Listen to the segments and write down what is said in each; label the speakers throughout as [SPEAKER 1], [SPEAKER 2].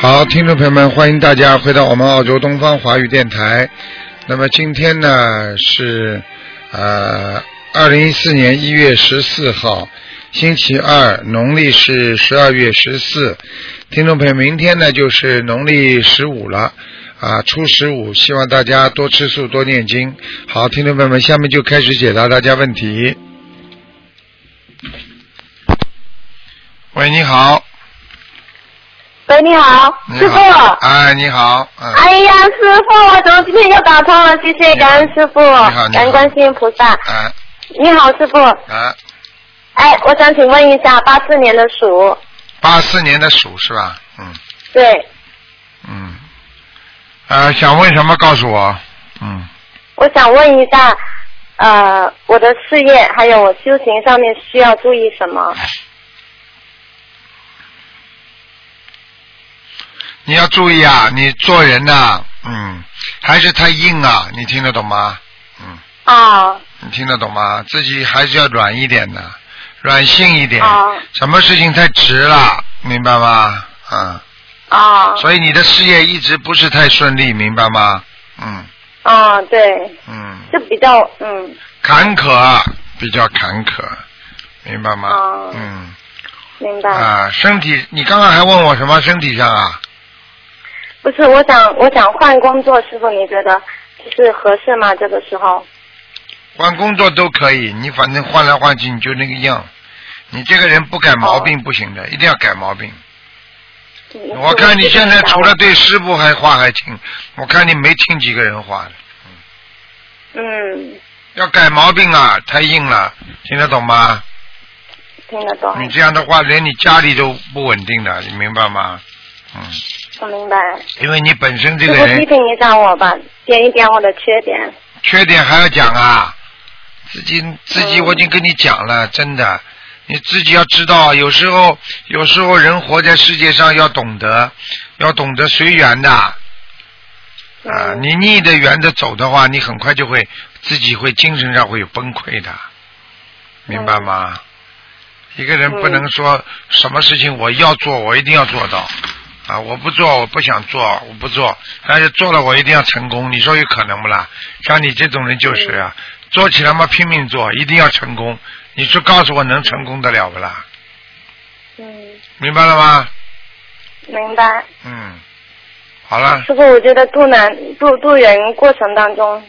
[SPEAKER 1] 好，听众朋友们，欢迎大家回到我们澳洲东方华语电台。那么今天呢是呃二零一四年一月十四号，星期二，农历是十二月十四。听众朋友，明天呢就是农历十五了啊，初十五，希望大家多吃素，多念经。好，听众朋友们，下面就开始解答大家问题。喂，你好，
[SPEAKER 2] 喂，你好，
[SPEAKER 1] 你
[SPEAKER 2] 师傅。
[SPEAKER 1] 好，哎，你好，嗯。
[SPEAKER 2] 哎呀，师傅，我怎么今天又打通了？谢谢，感恩师傅，
[SPEAKER 1] 你好你好
[SPEAKER 2] 感恩观世音菩萨。
[SPEAKER 1] 啊
[SPEAKER 2] 你好，师傅。
[SPEAKER 1] 啊，
[SPEAKER 2] 哎，我想请问一下，八四年的鼠，
[SPEAKER 1] 八四年的鼠是吧？嗯
[SPEAKER 2] 对，
[SPEAKER 1] 嗯，呃，想问什么告诉我？嗯，
[SPEAKER 2] 我想问一下，呃，我的事业还有我修行上面需要注意什么？
[SPEAKER 1] 你要注意啊，你做人呐、嗯，还是太硬啊，你听得懂吗？嗯，
[SPEAKER 2] 啊
[SPEAKER 1] 你听得懂吗？自己还是要软一点的，软性一点，
[SPEAKER 2] 啊
[SPEAKER 1] 什么事情太直了，明白吗？啊，
[SPEAKER 2] 啊
[SPEAKER 1] 所以你的事业一直不是太顺利，明白吗？嗯
[SPEAKER 2] 啊，对，
[SPEAKER 1] 嗯，
[SPEAKER 2] 就比较嗯
[SPEAKER 1] 坎坷，啊比较坎坷，明白吗？
[SPEAKER 2] 哦
[SPEAKER 1] 嗯。
[SPEAKER 2] 明白。
[SPEAKER 1] 啊，身体，你刚刚还问我什么身体上啊？
[SPEAKER 2] 不是，我想我想换工作，师傅你觉得就是合适吗？这个时候？
[SPEAKER 1] 换工作都可以，你反正换来换去你就那个样。你这个人不改毛病不行的，一定要改毛病。
[SPEAKER 2] 嗯
[SPEAKER 1] 我看你现在除了对师傅还话还听，我看你没听几个人话的。
[SPEAKER 2] 嗯，
[SPEAKER 1] 要改毛病啊，太硬了，听得懂吗？
[SPEAKER 2] 听得懂，
[SPEAKER 1] 你这样的话，连你家里都不稳定的，你明白吗？嗯，
[SPEAKER 2] 我明白。
[SPEAKER 1] 因为你本身这
[SPEAKER 2] 师
[SPEAKER 1] 个
[SPEAKER 2] 傅批
[SPEAKER 1] 人
[SPEAKER 2] 评一下我吧，点一点我的缺点。
[SPEAKER 1] 缺点还要讲啊，自己自己
[SPEAKER 2] 嗯
[SPEAKER 1] 我已经跟你讲了，真的，你自己要知道，啊有时候有时候人活在世界上要懂得，要懂得随缘的啊、
[SPEAKER 2] 嗯、
[SPEAKER 1] 你逆着缘着走的话，你很快就会自己会精神上会有崩溃的，明白吗？一个人不能说什么事情我要做，我一定要做到。啊，我不做，我不想做，我不做，但是做了我一定要成功，你说有可能不啦？像你这种人就是啊，做起来嘛拼命做，一定要成功。你就告诉我能成功得了不啦？
[SPEAKER 2] 嗯，
[SPEAKER 1] 明白了吗？
[SPEAKER 2] 明白。
[SPEAKER 1] 嗯，好了，
[SPEAKER 2] 师傅，我觉得渡难渡渡人过程当中，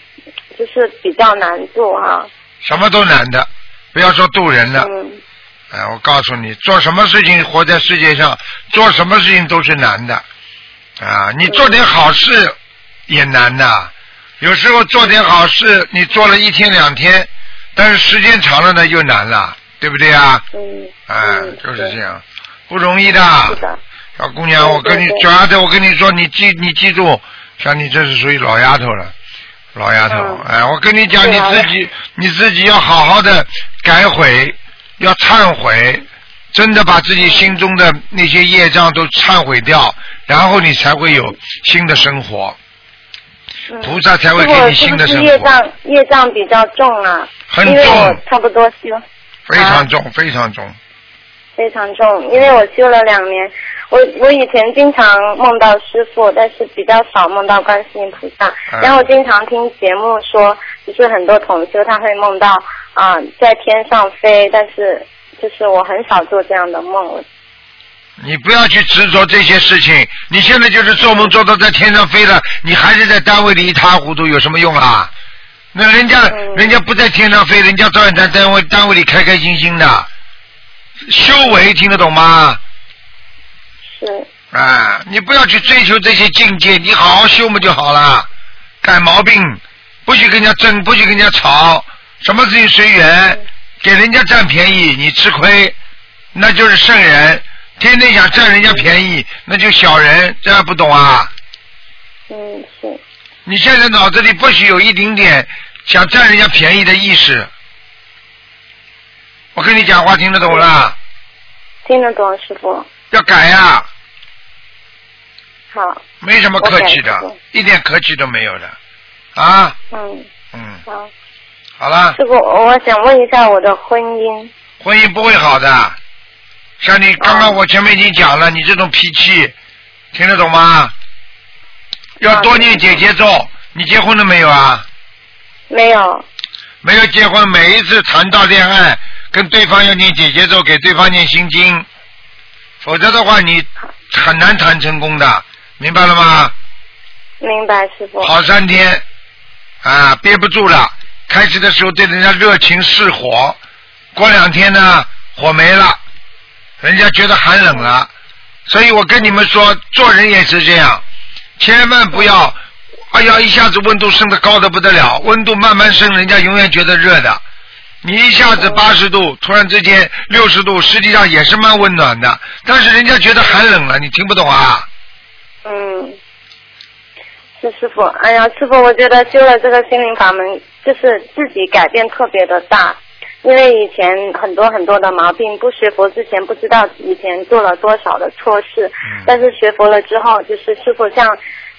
[SPEAKER 2] 就是比较难渡哈、
[SPEAKER 1] 什么都难的，不要说渡人了。
[SPEAKER 2] 嗯，
[SPEAKER 1] 哎，我告诉你，做什么事情活在世界上，做什么事情都是难的，啊，你做点好事也难呐。有时候做点好事，你做了一天两天，但是时间长了呢又难了，对不对啊？
[SPEAKER 2] 嗯，
[SPEAKER 1] 哎
[SPEAKER 2] 嗯，
[SPEAKER 1] 就是
[SPEAKER 2] 对
[SPEAKER 1] 这样，啊不容易
[SPEAKER 2] 是的，
[SPEAKER 1] 小姑娘，我跟你
[SPEAKER 2] 对对对
[SPEAKER 1] 小丫头，我跟你说，你记你记住，像你这是属于老丫头了，老丫头，
[SPEAKER 2] 嗯
[SPEAKER 1] 哎，我跟你讲，
[SPEAKER 2] 对
[SPEAKER 1] 你
[SPEAKER 2] 啊
[SPEAKER 1] 自己你自己要好好的改悔，要忏悔，真的把自己心中的那些业障都忏悔掉，然后你才会有新的生活，
[SPEAKER 2] 嗯、
[SPEAKER 1] 菩萨才会
[SPEAKER 2] 师
[SPEAKER 1] 给
[SPEAKER 2] 傅
[SPEAKER 1] 你
[SPEAKER 2] 是
[SPEAKER 1] 新
[SPEAKER 2] 不
[SPEAKER 1] 的
[SPEAKER 2] 是
[SPEAKER 1] 生
[SPEAKER 2] 业
[SPEAKER 1] 活，
[SPEAKER 2] 障业障比较重啊？
[SPEAKER 1] 很
[SPEAKER 2] 因为我
[SPEAKER 1] 重
[SPEAKER 2] 差不多修。
[SPEAKER 1] 非常重，非常重，
[SPEAKER 2] 非常重，因为我修了两年，我我以前经常梦到师傅，但是比较少梦到观世音菩萨。
[SPEAKER 1] 嗯
[SPEAKER 2] 然后经常听节目说，就是很多同修他会梦到啊、在天上飞，但是就是我很少做这样的梦。我
[SPEAKER 1] 你不要去执着这些事情，你现在就是做梦做到在天上飞了，你还是在单位里一塌糊涂，有什么用啊？那人家、
[SPEAKER 2] 嗯
[SPEAKER 1] 人家不在天上飞，人家照样在单位单位里开开心心的，修为听得懂吗？
[SPEAKER 2] 是
[SPEAKER 1] 啊，你不要去追求这些境界，你好好修嘛就好了。改毛病，不许跟人家争，不许跟人家吵，什么事情随缘，给人家占便宜你吃亏，那就是圣人。天天想占人家便宜，那就小人，这还不懂啊？
[SPEAKER 2] 嗯是
[SPEAKER 1] 你现在脑子里不许有一丁点想占人家便宜的意识。我跟你讲话听得懂
[SPEAKER 2] 嗯
[SPEAKER 1] 啦？
[SPEAKER 2] 听得懂师傅，
[SPEAKER 1] 要改呀、
[SPEAKER 2] 好，
[SPEAKER 1] 没什么客气
[SPEAKER 2] 我改
[SPEAKER 1] 的
[SPEAKER 2] 错，
[SPEAKER 1] 一点客气都没有的，啊，
[SPEAKER 2] 嗯
[SPEAKER 1] 嗯，
[SPEAKER 2] 好，
[SPEAKER 1] 好了，
[SPEAKER 2] 师傅，我想问一下我的婚姻，
[SPEAKER 1] 婚姻不会好的。像你刚刚
[SPEAKER 2] 嗯
[SPEAKER 1] 我前面已经讲了，你这种脾气，听得懂吗？要多念姐姐咒。你结婚了没有啊？
[SPEAKER 2] 没有，
[SPEAKER 1] 没有结婚，每一次谈到恋爱，跟对方要念姐姐咒，给对方念心经，否则的话你很难谈成功的，明白了吗？
[SPEAKER 2] 明白师傅。
[SPEAKER 1] 跑三天，啊，憋不住了。开始的时候对人家热情似火，过两天呢，火没了，人家觉得寒冷了。所以我跟你们说，做人也是这样，千万不要，哎呀，一下子温度升得高的不得了，温度慢慢升，人家永远觉得热的。你一下
[SPEAKER 2] 哦
[SPEAKER 1] 子八十度，突然之间六十度，实际上也是蛮温暖的，但是人家觉得寒冷了，你听不懂啊？
[SPEAKER 2] 嗯，是师傅。哎呀，师傅，我觉得修了这个心灵法门，就是自己改变特别的大。因为以前很多很多的毛病，不学佛之前不知道以前做了多少的错事，但是学佛了之后，就是师傅像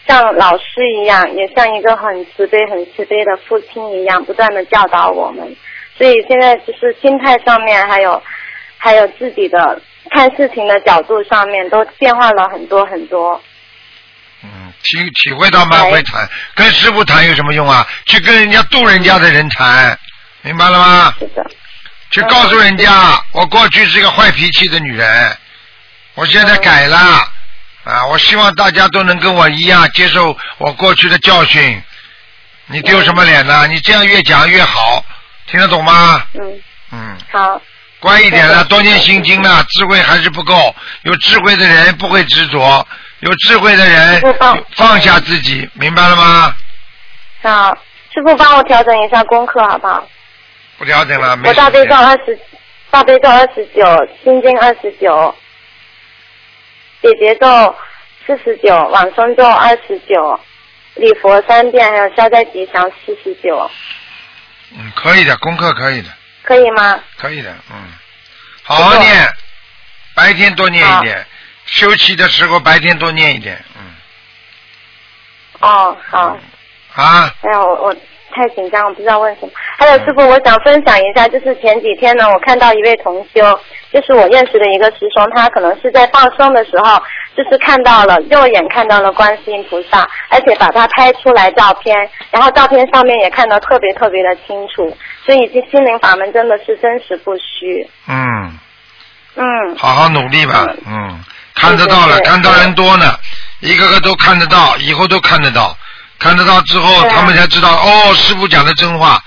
[SPEAKER 2] 像老师一样，也像一个很慈悲、很慈悲的父亲一样，不断的教导我们。所以现在就是心态上面，还有还有自己的看事情的角度上面，都变化了很多很多。
[SPEAKER 1] 嗯，体体会到蛮会谈，跟师傅谈有什么用啊？去跟人家渡人家的人谈，明白了吗？
[SPEAKER 2] 是的。
[SPEAKER 1] 去告诉人家，我过去是个坏脾气的女人，我现在改了，啊，我希望大家都能跟我一样接受我过去的教训。你丢什么脸呢、你这样越讲越好，听得懂吗？
[SPEAKER 2] 嗯，
[SPEAKER 1] 嗯，
[SPEAKER 2] 好，
[SPEAKER 1] 乖一点了，
[SPEAKER 2] 对对
[SPEAKER 1] 多念心经了，智慧还是不够。有智慧的人不会执着，有智慧的人
[SPEAKER 2] 师傅帮
[SPEAKER 1] 放下自己，明白了吗？
[SPEAKER 2] 好，师傅帮我调整一下功课好不好？
[SPEAKER 1] 不调整了，没时
[SPEAKER 2] 我
[SPEAKER 1] 间
[SPEAKER 2] 大悲咒二十，大悲咒二十九，心经二十九，姐姐咒四十九，往生咒二十九，礼佛三遍，还有消灾吉祥四十九，
[SPEAKER 1] 嗯，可以的，功课可以的，
[SPEAKER 2] 可以吗？
[SPEAKER 1] 可以的，嗯，好好念，白天多念一点，休息的时候白天多念一点，嗯，
[SPEAKER 2] 哦，好。
[SPEAKER 1] 啊，
[SPEAKER 2] 哎呀，我我太紧张，我不知道问什么。还有师傅，我想分享一下，就是前几天呢，我看到一位同修，就是我认识的一个师兄，他可能是在放生的时候，就是看到了肉眼看到了观世音菩萨，而且把他拍出来照片，然后照片上面也看得特别特别的清楚，所以这心灵法门真的是真实不虚。
[SPEAKER 1] 嗯，
[SPEAKER 2] 嗯，
[SPEAKER 1] 好好努力吧，嗯，看得到了，
[SPEAKER 2] 对对对
[SPEAKER 1] 看到人多呢，一个个都看得到，以后都看得到，看得到之后，
[SPEAKER 2] 对啊
[SPEAKER 1] 他们才知道哦，师傅讲的真话，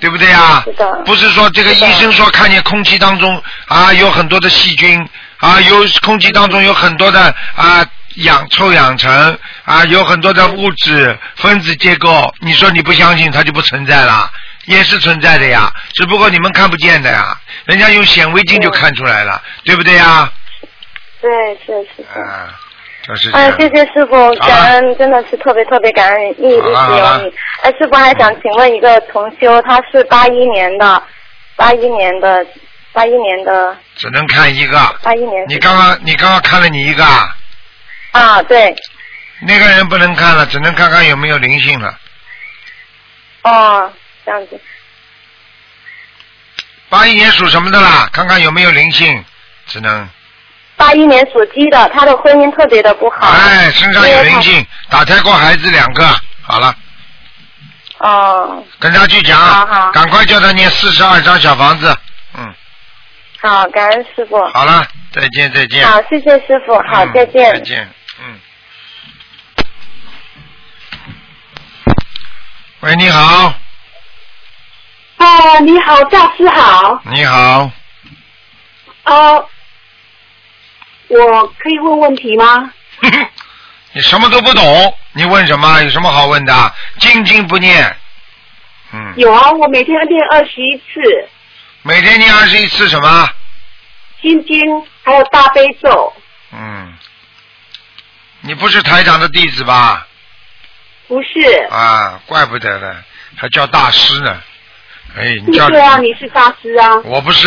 [SPEAKER 1] 对不对呀？
[SPEAKER 2] 是的
[SPEAKER 1] 不是说这个
[SPEAKER 2] 是的
[SPEAKER 1] 医生说看见空气当中啊有很多的细菌啊，有空气当中
[SPEAKER 2] 嗯
[SPEAKER 1] 有很多的啊氧臭氧层啊，有很多的
[SPEAKER 2] 嗯
[SPEAKER 1] 物质分子结构，你说你不相信它就不存在了，也是存在的呀，只不过你们看不见的呀，人家用显微镜就
[SPEAKER 2] 对
[SPEAKER 1] 看出来了，对不对呀？
[SPEAKER 2] 对，是是是。
[SPEAKER 1] 啊，就是这
[SPEAKER 2] 哎，
[SPEAKER 1] 样。
[SPEAKER 2] 谢谢师傅，感恩真的是特别特别感恩你，一直
[SPEAKER 1] 啊好啊了好
[SPEAKER 2] 有
[SPEAKER 1] 了
[SPEAKER 2] 你。哎，师傅还想请问一个同修，他是八一年的，八一年的，八一年的，
[SPEAKER 1] 只能看一个。
[SPEAKER 2] 八一年。
[SPEAKER 1] 你刚刚你刚刚看了你一个，啊，
[SPEAKER 2] 啊，对，
[SPEAKER 1] 那个人不能看了，只能看看有没有灵性了。
[SPEAKER 2] 哦，这样子，
[SPEAKER 1] 八一年属什么的啦？看看有没有灵性，只能。
[SPEAKER 2] 八一年属鸡的，他的婚姻特别的不好。
[SPEAKER 1] 哎，身上有灵性，打胎过孩子两个。好了，
[SPEAKER 2] 哦，
[SPEAKER 1] 跟他去讲，啊
[SPEAKER 2] 好好
[SPEAKER 1] 赶快叫他念四十二张小房子。嗯，
[SPEAKER 2] 好，感恩师傅。
[SPEAKER 1] 好了，再见再见。
[SPEAKER 2] 好，谢谢师傅，好，
[SPEAKER 1] 嗯
[SPEAKER 2] 再见。
[SPEAKER 1] 再见，嗯。喂，你好，
[SPEAKER 3] 哦，你好，大师好。
[SPEAKER 1] 你好，
[SPEAKER 3] 哦，我可以问问题吗？
[SPEAKER 1] 你什么都不懂，你问什么？有什么好问的？精进不念，嗯，
[SPEAKER 3] 有啊，我每天练二十一次
[SPEAKER 1] 每天念二十一次什么？
[SPEAKER 3] 心经，还有大悲咒。
[SPEAKER 1] 嗯，你不是台长的弟子吧？
[SPEAKER 3] 不是，
[SPEAKER 1] 啊，怪不得呢，还叫大师呢。哎，你
[SPEAKER 3] 你
[SPEAKER 1] 叫
[SPEAKER 3] 对啊，你是大师啊，
[SPEAKER 1] 我不是，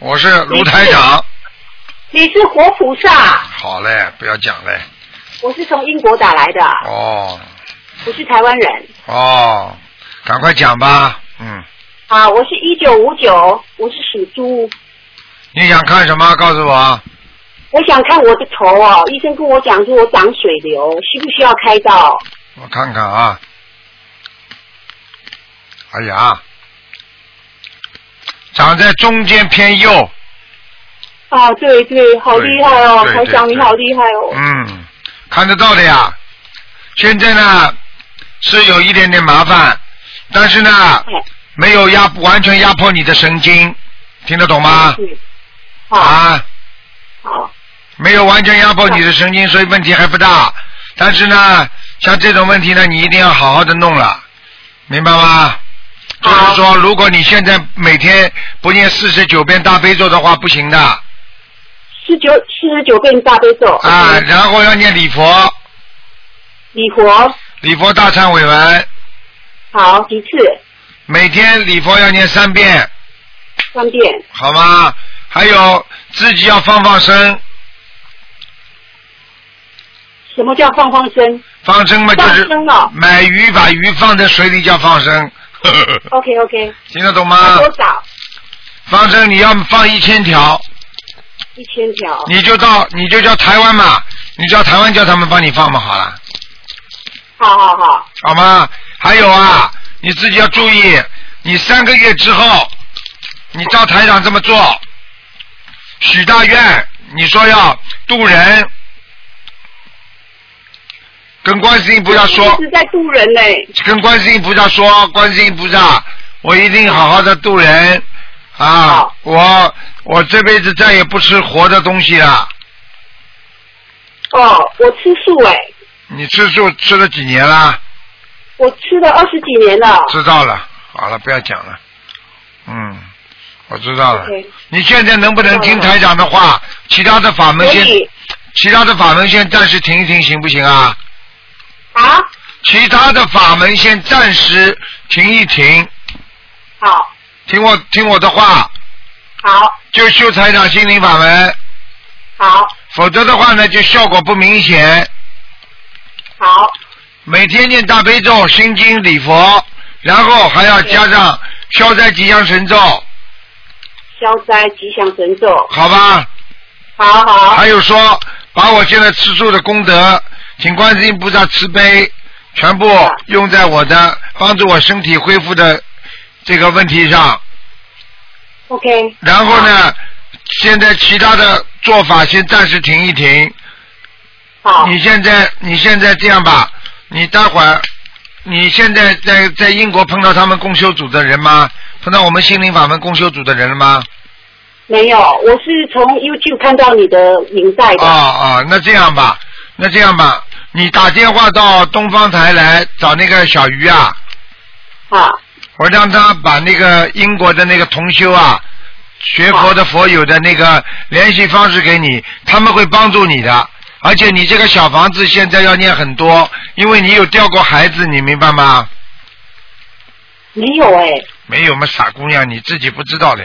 [SPEAKER 1] 我是卢台长。
[SPEAKER 3] 你是活菩萨。
[SPEAKER 1] 好嘞，不要讲嘞。
[SPEAKER 3] 我是从英国打来的，
[SPEAKER 1] 哦
[SPEAKER 3] 我是台湾人
[SPEAKER 1] 哦，赶快讲吧。嗯，
[SPEAKER 3] 啊，我是一九五九，我是属猪。
[SPEAKER 1] 你想看什么？告诉我。
[SPEAKER 3] 我想看我的头哦，医生跟我讲说我长水流，需不需要开刀？
[SPEAKER 1] 我看看啊，哎呀，长在中间偏右，
[SPEAKER 3] 啊，对对，好
[SPEAKER 1] 对
[SPEAKER 3] 厉害哦，
[SPEAKER 1] 对
[SPEAKER 3] 台
[SPEAKER 1] 对
[SPEAKER 3] 长你
[SPEAKER 1] 对
[SPEAKER 3] 好厉害哦。
[SPEAKER 1] 嗯，看得到的呀。现在呢是有一点点麻烦，但是呢
[SPEAKER 3] 哎
[SPEAKER 1] 没有压完全压迫你的神经，听得懂吗？
[SPEAKER 3] 嗯，好，
[SPEAKER 1] 啊，
[SPEAKER 3] 好，
[SPEAKER 1] 没有完全压迫你的神经，所以问题还不大。但是呢，像这种问题呢，你一定要好好的弄了，明白吗？就
[SPEAKER 3] 好
[SPEAKER 1] 是说，如果你现在每天不念四十九遍大悲咒的话，不行的
[SPEAKER 3] 四九四十九遍大悲咒
[SPEAKER 1] 啊。
[SPEAKER 3] 嗯
[SPEAKER 1] 然后要念礼佛，
[SPEAKER 3] 礼佛
[SPEAKER 1] 礼佛大忏悔文，
[SPEAKER 3] 好几次
[SPEAKER 1] 每天礼佛要念三遍，
[SPEAKER 3] 三遍，
[SPEAKER 1] 好吗？还有自己要放放生，
[SPEAKER 3] 什么叫放放生
[SPEAKER 1] 放生嘛就
[SPEAKER 3] 放
[SPEAKER 1] 是
[SPEAKER 3] 生哦
[SPEAKER 1] 买鱼，把鱼放在水里叫放生，
[SPEAKER 3] ？OK OK，
[SPEAKER 1] 听得懂吗？
[SPEAKER 3] 啊多少？
[SPEAKER 1] 放生你要放一千条，
[SPEAKER 3] 一千条。
[SPEAKER 1] 你就到你就叫台湾嘛，你叫台湾叫他们帮你放嘛好了，
[SPEAKER 3] 好好好，
[SPEAKER 1] 好吗？还有啊，你自己要注意，你三个月之后，你照台长这么做，许大愿，你说要渡人，跟观世音菩萨说
[SPEAKER 3] 一，直在渡人呢。
[SPEAKER 1] 跟观世音菩萨说，观世音菩萨，我一定好好的渡人啊
[SPEAKER 3] 好！
[SPEAKER 1] 我我这辈子再也不吃活的东西了。
[SPEAKER 3] 哦，我吃素哎，
[SPEAKER 1] 你吃素吃了几年啦？
[SPEAKER 3] 我吃了二十几年了。
[SPEAKER 1] 知道了，好了，不要讲了。嗯，我知道了。
[SPEAKER 3] OK
[SPEAKER 1] 你现在能不能听
[SPEAKER 3] 知道了
[SPEAKER 1] 台长的话？其他的法门
[SPEAKER 3] 所
[SPEAKER 1] 先，
[SPEAKER 3] 以
[SPEAKER 1] 其他的法门先暂时停一停，行不行啊？
[SPEAKER 3] 啊，
[SPEAKER 1] 其他的法门先暂时停一停，
[SPEAKER 3] 好，
[SPEAKER 1] 听我听我的话，
[SPEAKER 3] 好，
[SPEAKER 1] 就修台长心灵法门，
[SPEAKER 3] 好，
[SPEAKER 1] 否则的话呢，就效果不明显。
[SPEAKER 3] 好，
[SPEAKER 1] 每天念大悲咒、心经、礼佛，然后还要加上消灾吉祥神咒，
[SPEAKER 3] 消灾吉祥神咒，
[SPEAKER 1] 好吧？
[SPEAKER 3] 好好
[SPEAKER 1] 还有说，把我现在吃素的功德，请观世音菩萨慈悲，全部用在我的帮助我身体恢复的这个问题上。
[SPEAKER 3] ，OK，
[SPEAKER 1] 然后呢，现在其他的做法先暂时停一停。
[SPEAKER 3] 好，
[SPEAKER 1] 你现在你现在这样吧，你待会儿，你现在在在英国碰到他们共修组的人吗？碰到我们心灵法门共修组的人了吗？
[SPEAKER 3] 没有，我是从 YouTube 看到你的影带的，
[SPEAKER 1] 哦哦，那这样吧，那这样吧，你打电话到东方台来找那个小鱼啊，
[SPEAKER 3] 啊，
[SPEAKER 1] 我让他把那个英国的那个同修啊，学佛的佛友的那个联系方式给你，他们会帮助你的。而且你这个小房子现在要念很多，因为你有掉过孩子，你明白吗？
[SPEAKER 3] 没有哎，
[SPEAKER 1] 没有嘛，傻姑娘，你自己不知道的。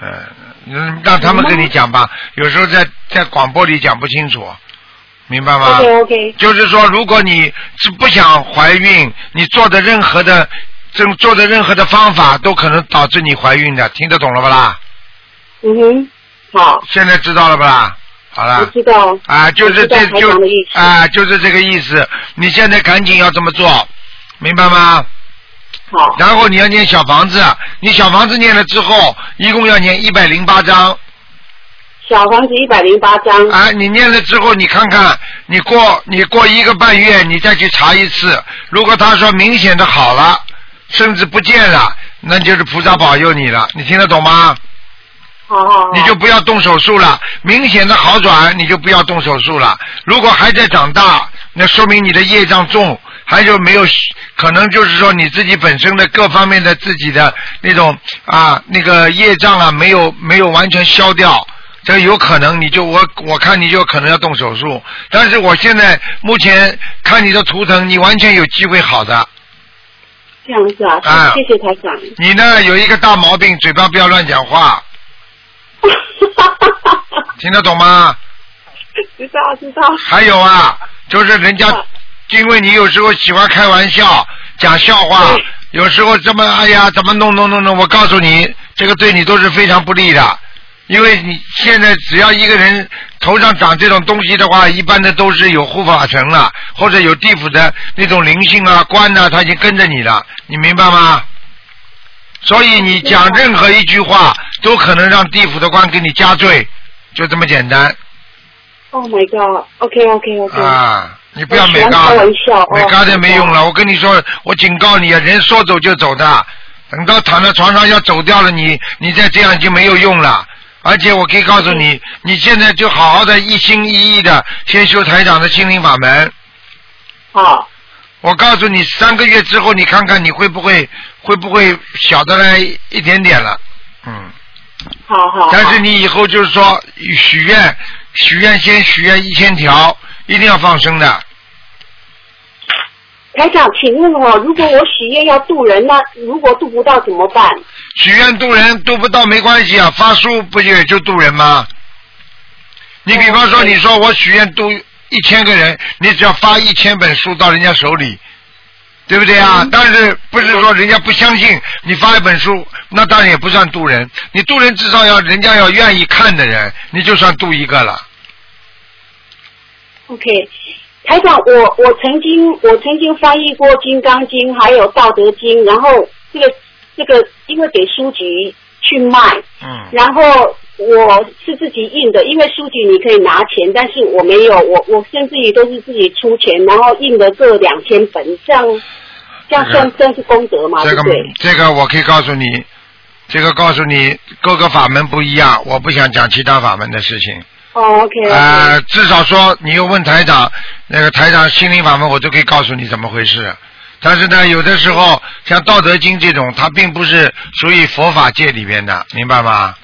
[SPEAKER 1] 嗯、让他们跟你讲吧，有时候在在广播里讲不清楚，明白吗？
[SPEAKER 3] OK OK，
[SPEAKER 1] 就是说，如果你是不想怀孕，你做的任何的，这做的任何的方法都可能导致你怀孕的，听得懂了不啦？
[SPEAKER 3] 嗯哼，好，
[SPEAKER 1] 现在知道了不啦？好
[SPEAKER 3] 我
[SPEAKER 1] 啦，
[SPEAKER 3] 知道，
[SPEAKER 1] 啊，就是
[SPEAKER 3] 我知道
[SPEAKER 1] 这
[SPEAKER 3] 台
[SPEAKER 1] 就
[SPEAKER 3] 长的意思
[SPEAKER 1] 啊，就是这个意思。你现在赶紧要这么做，明白吗？
[SPEAKER 3] 好，
[SPEAKER 1] 然后你要念小房子，你小房子念了之后，一共要念一百零八章。
[SPEAKER 3] 小房子一百零八章，
[SPEAKER 1] 啊，你念了之后，你看看，你过你过一个半月，你再去查一次。如果他说明显的好了，甚至不见了，那就是菩萨保佑你了。你听得懂吗？
[SPEAKER 3] 好好好，
[SPEAKER 1] 你就不要动手术了。明显的好转，你就不要动手术了。如果还在长大，那说明你的业障重，还有没有可能就是说你自己本身的各方面的自己的那种啊那个业障啊没有没有完全消掉。这有可能，你就我我看你就可能要动手术，但是我现在目前看你的图腾，你完全有机会好的。
[SPEAKER 3] 这样子啊，
[SPEAKER 1] 啊
[SPEAKER 3] 谢谢台长，
[SPEAKER 1] 你呢有一个大毛病，嘴巴不要乱讲话，听得懂吗？
[SPEAKER 3] 知道知道，
[SPEAKER 1] 还有啊，就是人家
[SPEAKER 3] 啊，
[SPEAKER 1] 因为你有时候喜欢开玩笑、讲笑话
[SPEAKER 3] 对，
[SPEAKER 1] 有时候这么哎呀，怎么弄弄弄弄，我告诉你，这个对你都是非常不利的。因为你现在只要一个人头上长这种东西的话，一般的都是有护法神了，或者有地府的那种灵性啊、官呐、他已经跟着你了，你明白吗？所以你讲任何一句话，都可能让地府的官给你加罪，就这么简单
[SPEAKER 3] Oh my god！OK OK OK。
[SPEAKER 1] 啊！你不要
[SPEAKER 3] 我
[SPEAKER 1] 美
[SPEAKER 3] 喜欢
[SPEAKER 1] 嘎
[SPEAKER 3] 开玩笑，哦
[SPEAKER 1] 美嘎的没用
[SPEAKER 3] 明
[SPEAKER 1] 了。我跟你说，我警告你啊，人说走就走的，等到躺在床上要走掉了，你你再这样就没有用了。而且我可以告诉
[SPEAKER 3] 嗯
[SPEAKER 1] 你，你现在就好好的一心一意的先修台长的心灵法门。
[SPEAKER 3] 好，
[SPEAKER 1] 我告诉你，三个月之后，你看看你会不会会不会小的来一点点了，嗯。
[SPEAKER 3] 好好。
[SPEAKER 1] 但是你以后就是说许愿，许愿先许愿一千条，一定要放生的。
[SPEAKER 3] 台长，请问我、如果我许愿要渡人，那如果渡不到怎么办？
[SPEAKER 1] 许愿渡人渡不到没关系啊，发书不也就渡人吗？你比方说，
[SPEAKER 3] 嗯对
[SPEAKER 1] 你说我许愿渡一千个人，你只要发一千本书到人家手里，对不对啊？
[SPEAKER 3] 嗯
[SPEAKER 1] 但是不是说人家不相信你发一本书，那当然也不算渡人。你渡人至少要人家要愿意看的人，你就算渡一个了。
[SPEAKER 3] OK，台长，我我曾经我曾经翻译过《金刚经》还有《道德经》，然后这个这个因为给书局去卖，
[SPEAKER 1] 嗯
[SPEAKER 3] 然后我是自己印的，因为书局你可以拿钱，但是我没有，我我甚至于都是自己出钱，然后印了各两千本，这样这样算算是功德嘛，
[SPEAKER 1] 这个
[SPEAKER 3] 对不对？
[SPEAKER 1] 这个我可以告诉你，这个告诉你各个法门不一样，我不想讲其他法门的事情。
[SPEAKER 3] 哦，OK，
[SPEAKER 1] 呃，至少说你又问台长，那个台长心灵法门，我都可以告诉你怎么回事。但是呢，有的时候像《道德经》这种，它并不是属于佛法界里边的，明白吗？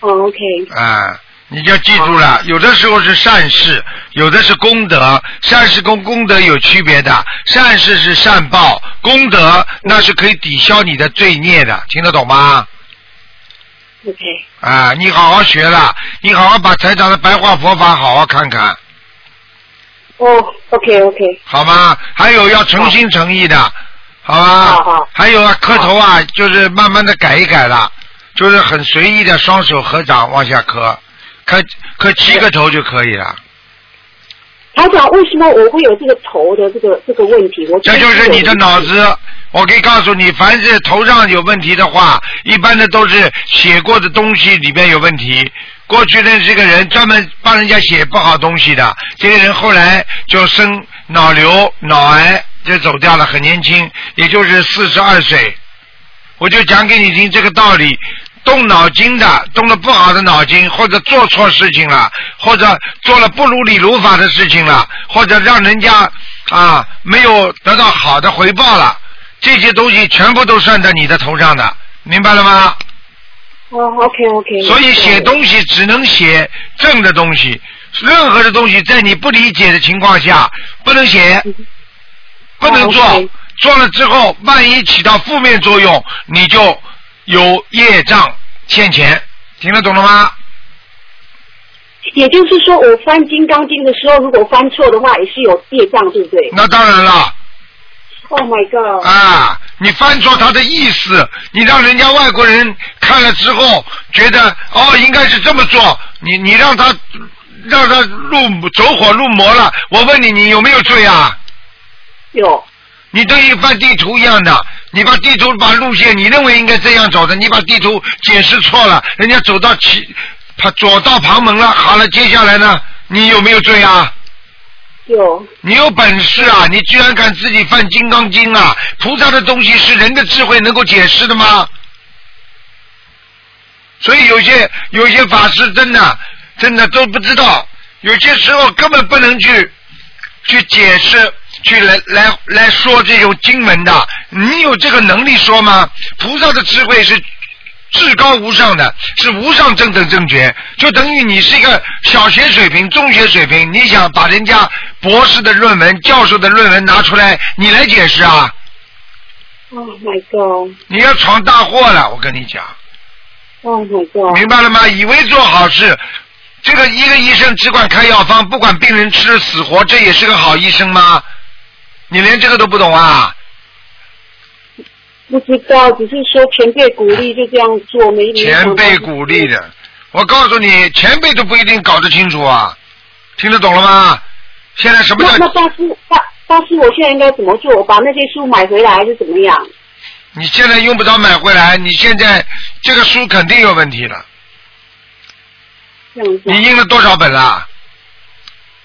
[SPEAKER 3] 哦，OK，
[SPEAKER 1] 啊、你就记住了，有的时候是善事，有的是功德。善事跟功德有区别的，善事是善报，功德那是可以抵消你的罪孽的，听得懂吗？
[SPEAKER 3] OK，
[SPEAKER 1] 啊，你好好学了，你好好把台长的白话佛法好好看看，
[SPEAKER 3] 哦，OK，OK，
[SPEAKER 1] 好吗？还有要诚心诚意的，好吧？
[SPEAKER 3] 好好
[SPEAKER 1] 还有啊，磕头啊，就是慢慢的改一改了，就是很随意的双手合掌往下磕，磕磕七个头就可以了。
[SPEAKER 3] 台长，为什么我会有这个头的这个这个问题？我
[SPEAKER 1] 这就是你的脑子。我可以告诉你，凡是头上有问题的话，一般的都是写过的东西里边有问题。过去认识一个人，专门帮人家写不好东西的，这个人后来就生脑瘤、脑癌，就走掉了，很年轻，也就是四十二岁。我就讲给你听这个道理。动脑筋的，动了不好的脑筋，或者做错事情了，或者做了不如理如法的事情了，或者让人家啊没有得到好的回报了，这些东西全部都算在你的头上的，明白了吗？
[SPEAKER 3] 哦，OK，OK。
[SPEAKER 1] 所以写东西只能写正的东西，任何的东西在你不理解的情况下不能写，不能
[SPEAKER 3] 嗯哦
[SPEAKER 1] 做
[SPEAKER 3] ，OK，
[SPEAKER 1] 做了之后万一起到负面作用，你就有业障欠钱，听得懂了吗？
[SPEAKER 3] 也就是说，我翻《金刚经》的时候，如果翻错的话，也是有业障，对不对
[SPEAKER 1] 那当然了。
[SPEAKER 3] ？Oh my god！
[SPEAKER 1] 啊，你翻错他的意思，你让人家外国人看了之后觉得哦应该是这么做，你你让他让他入走火入魔了，我问你你有没有罪啊？
[SPEAKER 3] 有，
[SPEAKER 1] 你等于翻地图一样的，你把地图把路线你认为应该这样走的，你把地图解释错了，人家走到其他左到旁门了，好了，接下来呢，你有没有罪啊？
[SPEAKER 3] 有，
[SPEAKER 1] 你有本事啊！你居然敢自己犯《金刚经》啊！菩萨的东西是人的智慧能够解释的吗？所以有些有些法师真的真的都不知道，有些时候根本不能去去解释，去来来来说这种经文的。你有这个能力说吗？菩萨的智慧是至高无上的，是无上正等正觉，就等于你是一个小学水平、中学水平，你想把人家博士的论文、教授的论文拿出来，你来解释啊？
[SPEAKER 3] Oh my god！Oh
[SPEAKER 1] 你要闯大祸了，我跟你讲，
[SPEAKER 3] Oh my god！
[SPEAKER 1] 明白了吗？以为做好事，这个一个医生只管开药方，不管病人吃死活，这也是个好医生吗？你连这个都不懂啊？
[SPEAKER 3] 不知道，只是说前辈鼓励就这样做，没没什么
[SPEAKER 1] 前辈鼓励的，我告诉你，前辈都不一定搞得清楚啊，听得懂了吗？现在什么
[SPEAKER 3] 那
[SPEAKER 1] 叫
[SPEAKER 3] 那大师大大师，我现在应该怎么做？我把那些书买回来还是怎么样？
[SPEAKER 1] 你现在用不着买回来，你现在这个书肯定有问题了。
[SPEAKER 3] 这样子啊
[SPEAKER 1] 你印了多少本啦？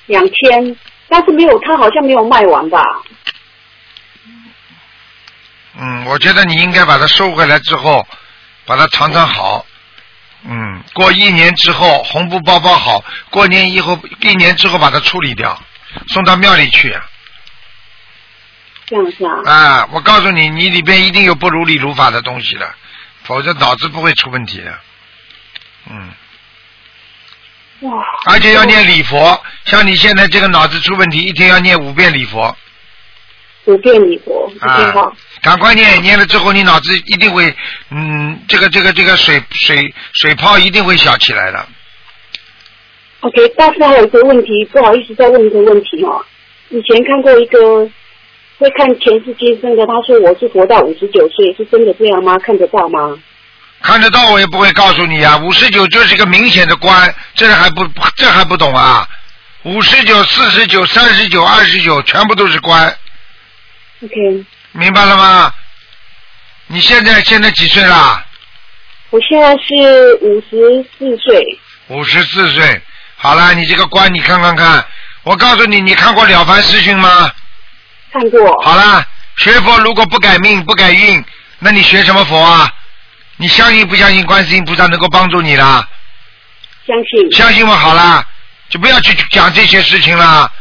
[SPEAKER 3] 两千，但是没有，他好像没有卖完吧？
[SPEAKER 1] 嗯，我觉得你应该把它收回来之后，把它藏藏好。嗯，过一年之后红布包包好，过年以后一年之后把它处理掉，送到庙里去。
[SPEAKER 3] 这样子啊？
[SPEAKER 1] 啊，我告诉你，你里边一定有不如理如法的东西的，否则脑子不会出问题的。嗯，
[SPEAKER 3] 哇！
[SPEAKER 1] 而且要念礼佛，像你现在这个脑子出问题，一天要念五遍礼佛
[SPEAKER 3] 五遍礼佛，五遍
[SPEAKER 1] 啊
[SPEAKER 3] 哈。，
[SPEAKER 1] 赶快念，念了之后你脑子一定会，嗯，这个这个这个水水水泡一定会小起来的。
[SPEAKER 3] OK，但是还有一个问题，不好意思再问一个问题哦。以前看过一个会看前世今生的，他说我是活到五十九岁，是真的这样吗？看得到吗？
[SPEAKER 1] 看得到我也不会告诉你啊，五十九就是个明显的关，这还不这还不懂啊？五十九、四十九、三十九、二十九，全部都是关。
[SPEAKER 3] OK，
[SPEAKER 1] 明白了吗？你现在现在几岁啦？
[SPEAKER 3] 我现在是五十四岁，
[SPEAKER 1] 五十四岁。好了，你这个关你看看看，我告诉你，你看过《了凡四训》吗？
[SPEAKER 3] 看过。
[SPEAKER 1] 好了，学佛如果不改命不改运，那你学什么佛啊？你相信不相信观世音菩萨能够帮助你啦？
[SPEAKER 3] 相信。
[SPEAKER 1] 相信我好啦，就不要去讲这些事情啦。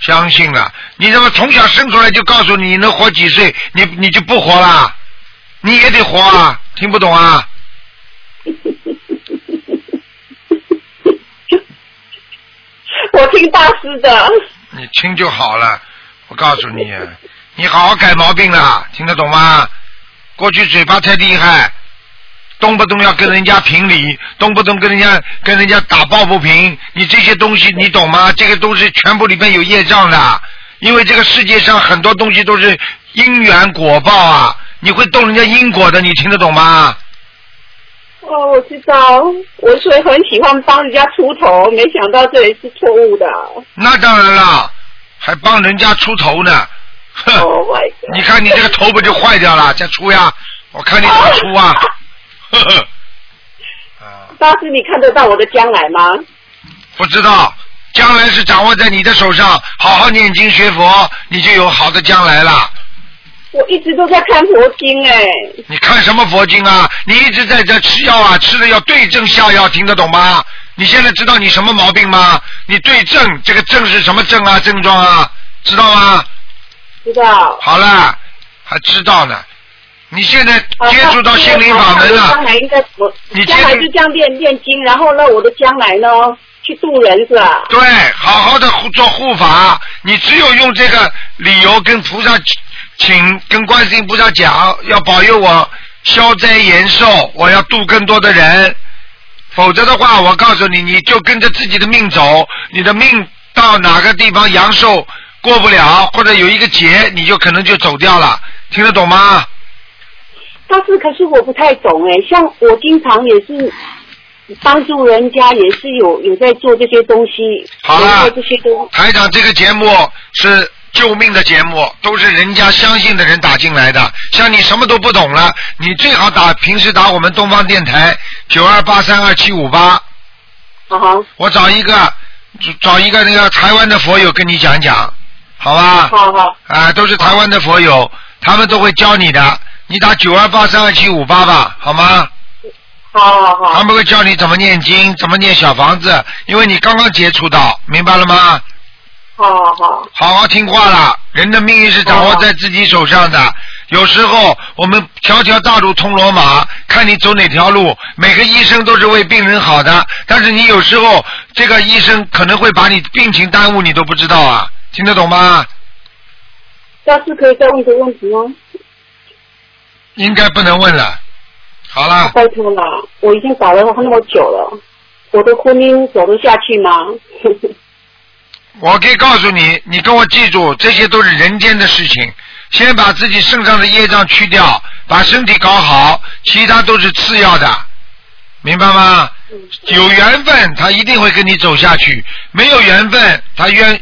[SPEAKER 1] 相信了，你怎么从小生出来就告诉你你能活几岁，你你就不活啦？你也得活啊，听不懂啊？
[SPEAKER 3] 我听大师的。
[SPEAKER 1] 你听就好了，我告诉你，你好好改毛病了，听得懂吗？过去嘴巴太厉害，动不动要跟人家评理，动不动跟人家跟人家打抱不平，你这些东西你懂吗？这个都是全部里面有业障的，因为这个世界上很多东西都是因缘果报啊，你会动人家因果的，你听得懂吗？
[SPEAKER 3] 哦，我知道，我所以很喜欢帮人家出头，没想到这里是错误的。
[SPEAKER 1] 那当然了，还帮人家出头呢，哼。
[SPEAKER 3] Oh my god！
[SPEAKER 1] 你看你这个头不就坏掉了？再出呀！我看你怎么出啊！呵呵，啊，
[SPEAKER 3] 大师，你看得到我的将来吗？
[SPEAKER 1] 不知道，将来是掌握在你的手上，好好念经学佛，你就有好的将来了。
[SPEAKER 3] 我一直都在看佛经哎、
[SPEAKER 1] 你看什么佛经啊？你一直在这吃药啊，吃的要对症下药，听得懂吗？你现在知道你什么毛病吗？你对症，这个症是什么症啊？症状啊？知道吗？
[SPEAKER 3] 知道。
[SPEAKER 1] 好了，还知道呢。你现在
[SPEAKER 3] 啊
[SPEAKER 1] 接触到心灵法门
[SPEAKER 3] 那
[SPEAKER 1] 了
[SPEAKER 3] 我将。来应该怎么？
[SPEAKER 1] 你接
[SPEAKER 3] 将
[SPEAKER 1] 触
[SPEAKER 3] 来就这样练练经，然后呢，我的将来呢，去渡人是吧？
[SPEAKER 1] 对，好好的做护法，你只有用这个理由跟菩萨请，跟观世音菩萨讲，要保佑我消灾延寿，我要度更多的人。否则的话，我告诉你，你就跟着自己的命走，你的命到哪个地方阳寿过不了，或者有一个劫，你就可能就走掉了。听得懂吗？
[SPEAKER 3] 但是可是我不太懂哎、像我经常也是帮助人家，也是有有在做这些东西，
[SPEAKER 1] 好
[SPEAKER 3] 有
[SPEAKER 1] 了
[SPEAKER 3] 做这些东
[SPEAKER 1] 台长，这个节目是救命的节目，都是人家相信的人打进来的。像你什么都不懂了，你最好打平时打我们东方电台九二八三二七五八，
[SPEAKER 3] 啊哈，
[SPEAKER 1] 我找一个找一个那个台湾的佛友跟你讲讲，好吧？
[SPEAKER 3] 好好
[SPEAKER 1] 啊，都是台湾的佛友，他们都会教你的。你打九二八三二七五八吧，好吗？
[SPEAKER 3] 好好
[SPEAKER 1] 他
[SPEAKER 3] 好，
[SPEAKER 1] 们会教你怎么念经，怎么念小房子，因为你刚刚接触到，明白了吗？
[SPEAKER 3] 好好
[SPEAKER 1] 好好听话啦，人的命运是掌握在自己手上的。有时候我们条条大路通罗马，看你走哪条路。每个医生都是为病人好的，但是你有时候这个医生可能会把你病情耽误，你都不知道啊，听得懂吗？
[SPEAKER 3] 但是可以再问个问题吗？
[SPEAKER 1] 应该不能问了。好了，
[SPEAKER 3] 拜托了，我已经打了那么久了，我的婚姻走得下去吗？
[SPEAKER 1] 我可以告诉你，你跟我记住，这些都是人间的事情。先把自己身上的业障去掉，把身体搞好，其他都是次要的，明白吗？有缘分，他一定会跟你走下去；没有缘分，他冤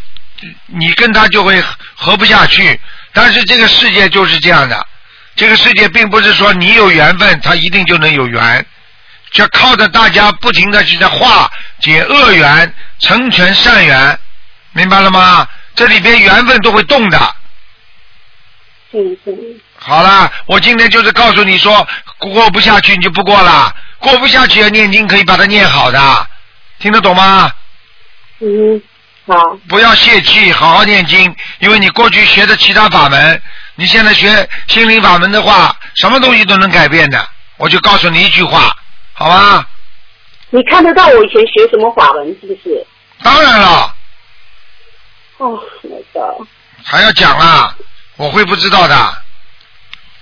[SPEAKER 1] 你跟他就会合不下去。但是这个世界就是这样的，这个世界并不是说你有缘分，他一定就能有缘，就靠着大家不停的去在化解恶缘，成全善缘，明白了吗？这里边缘分都会动的。
[SPEAKER 3] 嗯嗯，
[SPEAKER 1] 好啦，我今天就是告诉你说，过不下去你就不过啦，过不下去念经可以把它念好的，听得懂吗？
[SPEAKER 3] 嗯，好，
[SPEAKER 1] 不要泄气，好好念经，因为你过去学的其他法门，你现在学心灵法门的话，什么东西都能改变的。我就告诉你一句话，好吧？
[SPEAKER 3] 你看得到我以前学什么法文是不是？
[SPEAKER 1] 当然了，
[SPEAKER 3] 哦，那个，
[SPEAKER 1] 还要讲啦，我会不知道的。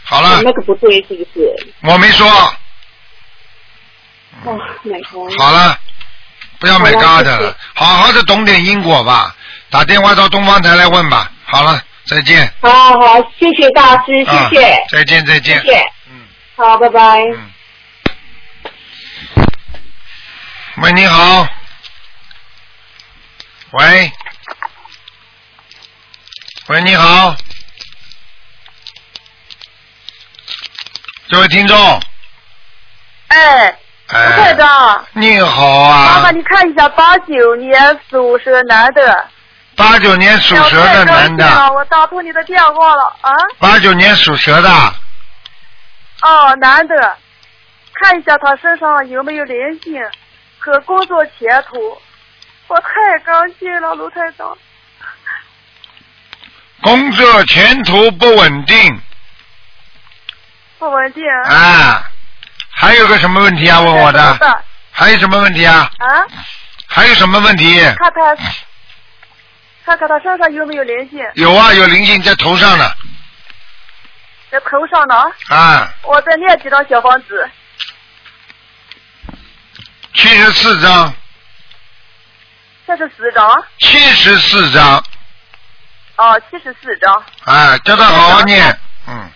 [SPEAKER 1] 好了，
[SPEAKER 3] 那个不对是不是？
[SPEAKER 1] 我没说，
[SPEAKER 3] 哦，那个，
[SPEAKER 1] 好了，不要买嘎的
[SPEAKER 3] 好
[SPEAKER 1] 了
[SPEAKER 3] 了，
[SPEAKER 1] 好好的懂点因果吧。打电话到东方台来问吧。好了，再见。
[SPEAKER 3] 好好，谢谢大师，谢谢，
[SPEAKER 1] 啊、再见，再见。
[SPEAKER 3] 谢谢，
[SPEAKER 1] 嗯
[SPEAKER 3] 好，拜拜。
[SPEAKER 1] 嗯。喂，你好。喂。喂，你好。这位听众，
[SPEAKER 4] 哎，吴
[SPEAKER 1] 哎
[SPEAKER 4] 台，长，
[SPEAKER 1] 你好
[SPEAKER 4] 麻
[SPEAKER 1] 啊
[SPEAKER 4] 烦，你看一下八九年属蛇男的，
[SPEAKER 1] 八九年属蛇的男
[SPEAKER 4] 哎我太高兴
[SPEAKER 1] 的，
[SPEAKER 4] 了我打通你的电话了啊，
[SPEAKER 1] 八九年属蛇的，
[SPEAKER 4] 哦，男的，看一下他身上有没有灵性和工作前途，我太高兴了，卢台长，
[SPEAKER 1] 工作前途不稳定
[SPEAKER 4] 不稳定，
[SPEAKER 1] 啊，还有个什么问题
[SPEAKER 4] 嗯
[SPEAKER 1] 啊？问我
[SPEAKER 4] 该
[SPEAKER 1] 的
[SPEAKER 4] 怎么，办
[SPEAKER 1] 还有什么问题啊？
[SPEAKER 4] 啊，
[SPEAKER 1] 还有什么问题？
[SPEAKER 4] 看他，看看他身上有没有灵性，
[SPEAKER 1] 有啊，有灵性在头上呢
[SPEAKER 4] 在头上呢，
[SPEAKER 1] 啊，
[SPEAKER 4] 我再念几张小房子，
[SPEAKER 1] 七十四张，
[SPEAKER 4] 这是四张，
[SPEAKER 1] 七十四张，
[SPEAKER 4] 哦，七十四张。
[SPEAKER 1] 啊，叫他好好念，嗯，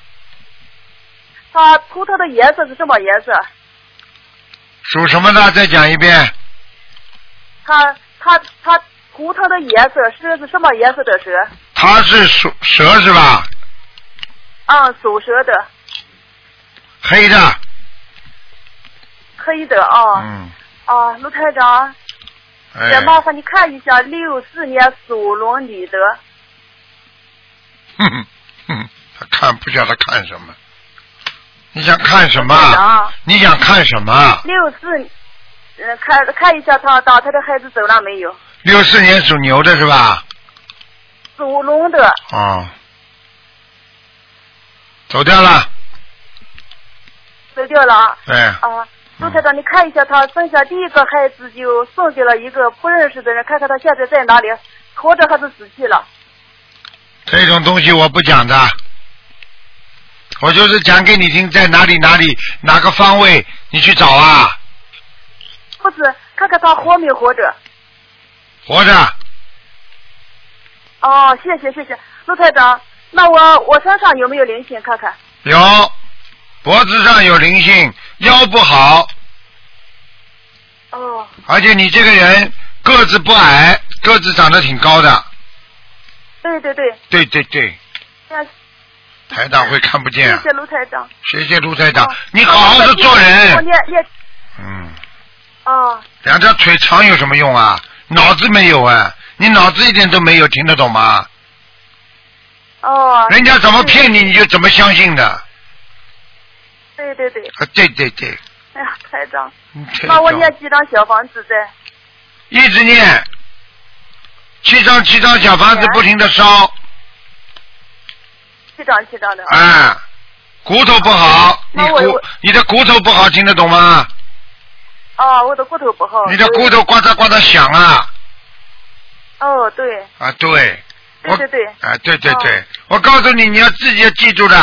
[SPEAKER 4] 它头头的颜色是什么颜色？
[SPEAKER 1] 属什么的？再讲一遍，
[SPEAKER 4] 它它它头头的颜色是是什么颜色的蛇？
[SPEAKER 1] 他是属蛇是吧？
[SPEAKER 4] 嗯，属蛇的，
[SPEAKER 1] 黑的，
[SPEAKER 4] 黑的啊、
[SPEAKER 1] 嗯，
[SPEAKER 4] 啊！卢台长，也
[SPEAKER 1] 哎，
[SPEAKER 4] 麻烦你看一下六四年属龙女的，
[SPEAKER 1] 哼哼哼， 他看不晓得看什么，你想看什
[SPEAKER 4] 卢台
[SPEAKER 1] 么？
[SPEAKER 4] 长，
[SPEAKER 1] 你想看什么？
[SPEAKER 4] 六四，呃，看看一下他打他的孩子走了没有？
[SPEAKER 1] 六四年属牛的是吧？
[SPEAKER 4] 属龙的
[SPEAKER 1] 哦，走掉了，哎
[SPEAKER 4] 走掉了啊
[SPEAKER 1] 对，
[SPEAKER 4] 啊！卢台长，你看一下他生下第一个孩子就送给了一个不认识的人，看看他现在在哪里，活着还是死去了？
[SPEAKER 1] 这种东西我不讲的，我就是讲给你听，在哪里哪里哪个方位，你去找啊，
[SPEAKER 4] 不是，看看他活没活着。
[SPEAKER 1] 活着，
[SPEAKER 4] 哦，谢谢谢谢，陆台长，那我我身上有没有灵性？看看
[SPEAKER 1] 有，脖子上有灵性，腰不好，
[SPEAKER 4] 哦，
[SPEAKER 1] 而且你这个人个子不矮，个子长得挺高的，
[SPEAKER 4] 对对对，
[SPEAKER 1] 对对对，
[SPEAKER 4] 哎呀
[SPEAKER 1] 台长会看不见
[SPEAKER 4] 谢
[SPEAKER 1] 啊，
[SPEAKER 4] 谢卢台长。
[SPEAKER 1] 谢谢卢台长
[SPEAKER 4] 哦，
[SPEAKER 1] 你好好的做
[SPEAKER 4] 我
[SPEAKER 1] 人，
[SPEAKER 4] 念念
[SPEAKER 1] 嗯。
[SPEAKER 4] 哦，
[SPEAKER 1] 两条腿长有什么用啊？脑子没有啊，你脑子一点都没有，听得懂吗？
[SPEAKER 4] 哦，
[SPEAKER 1] 人家怎么骗你，你就怎么相信的。
[SPEAKER 4] 对对对，
[SPEAKER 1] 啊，对对对，
[SPEAKER 4] 哎呀，台长，
[SPEAKER 1] 你
[SPEAKER 4] 那啊我
[SPEAKER 1] 这种
[SPEAKER 4] 念几张小房子在？
[SPEAKER 1] 一直念，七张七张小房子不停的烧，
[SPEAKER 4] 七张七张的。
[SPEAKER 1] 啊，骨头不好，你
[SPEAKER 4] 哎那我
[SPEAKER 1] 骨
[SPEAKER 4] 我
[SPEAKER 1] 你的骨头不好，听得懂吗？
[SPEAKER 4] 哦，我的骨头不好。
[SPEAKER 1] 你的骨头呱嗒呱嗒响啊
[SPEAKER 4] 哦，对
[SPEAKER 1] 啊，对，
[SPEAKER 4] 对
[SPEAKER 1] 我
[SPEAKER 4] 对哦对，
[SPEAKER 1] 啊，对对对，我告诉你，你要自己要记住的，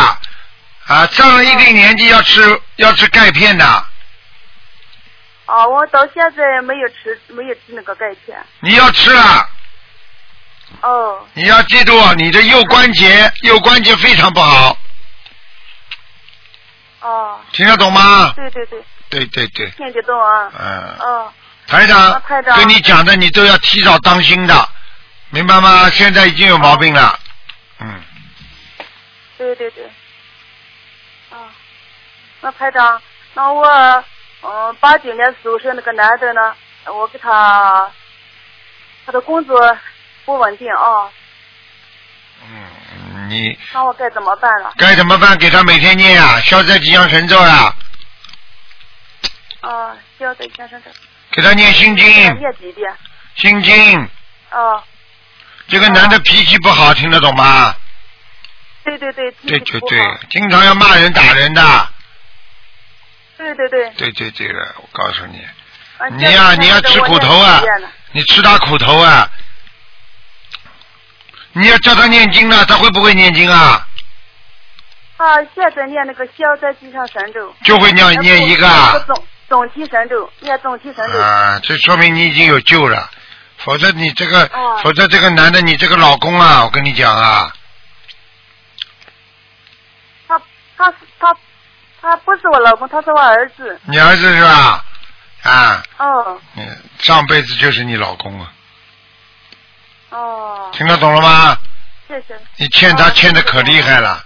[SPEAKER 1] 啊，上了一定年纪要吃要吃钙片的。
[SPEAKER 4] 哦，我到现在没有吃没有吃那个钙片。
[SPEAKER 1] 你要吃啊！
[SPEAKER 4] 哦，
[SPEAKER 1] 你要记住，你的右关节右关节非常不好，
[SPEAKER 4] 哦，
[SPEAKER 1] 听得懂吗？
[SPEAKER 4] 对对对，
[SPEAKER 1] 对对对，
[SPEAKER 4] 听得动啊。
[SPEAKER 1] 嗯，
[SPEAKER 4] 哦，
[SPEAKER 1] 台长
[SPEAKER 4] 啊台长
[SPEAKER 1] 跟你讲的，你都要提早当心的，明白
[SPEAKER 4] 嗯
[SPEAKER 1] 吗？现在已经有毛病了，嗯，
[SPEAKER 4] 对对对。啊，那排长，那我嗯八九年属蛇那个男的呢，我给他他的工作不稳定啊，
[SPEAKER 1] 嗯，你
[SPEAKER 4] 那我该怎么办了？
[SPEAKER 1] 该怎么办？给他每天念啊，消灾吉祥神咒啊，
[SPEAKER 4] 啊，需要在先生这
[SPEAKER 1] 给他念心经，
[SPEAKER 4] 念几遍？
[SPEAKER 1] 心经。
[SPEAKER 4] 啊，
[SPEAKER 1] 这个男的脾气不好，听得懂吗？
[SPEAKER 4] 对对对，
[SPEAKER 1] 对
[SPEAKER 4] 脾气
[SPEAKER 1] 对
[SPEAKER 4] 不
[SPEAKER 1] 对
[SPEAKER 4] 好，
[SPEAKER 1] 经常要骂人打人的。
[SPEAKER 4] 对对对。
[SPEAKER 1] 对对对了，我告诉你，
[SPEAKER 4] 啊
[SPEAKER 1] 你呀你要吃苦头啊！
[SPEAKER 4] 这样子才能得我念几遍呢
[SPEAKER 1] 你吃他苦头啊！你要叫他念经啊，他会不会念经啊？
[SPEAKER 4] 啊，现在念那个消灾吉祥神咒。
[SPEAKER 1] 就会念念一个啊
[SPEAKER 4] 那个总总提神咒，念总提神咒。
[SPEAKER 1] 啊，这说明你已经有救了，否则你这个，
[SPEAKER 4] 哦
[SPEAKER 1] 否则这个男的，你这个老公啊，我跟你讲啊，
[SPEAKER 4] 他他他他不是我老公，他是我儿子。
[SPEAKER 1] 你儿子是吧？啊，
[SPEAKER 4] 哦
[SPEAKER 1] 嗯，上辈子就是你老公啊，
[SPEAKER 4] 哦，
[SPEAKER 1] 听得懂了吗？
[SPEAKER 4] 谢谢。
[SPEAKER 1] 你欠他
[SPEAKER 4] 哦
[SPEAKER 1] 欠的可厉害了，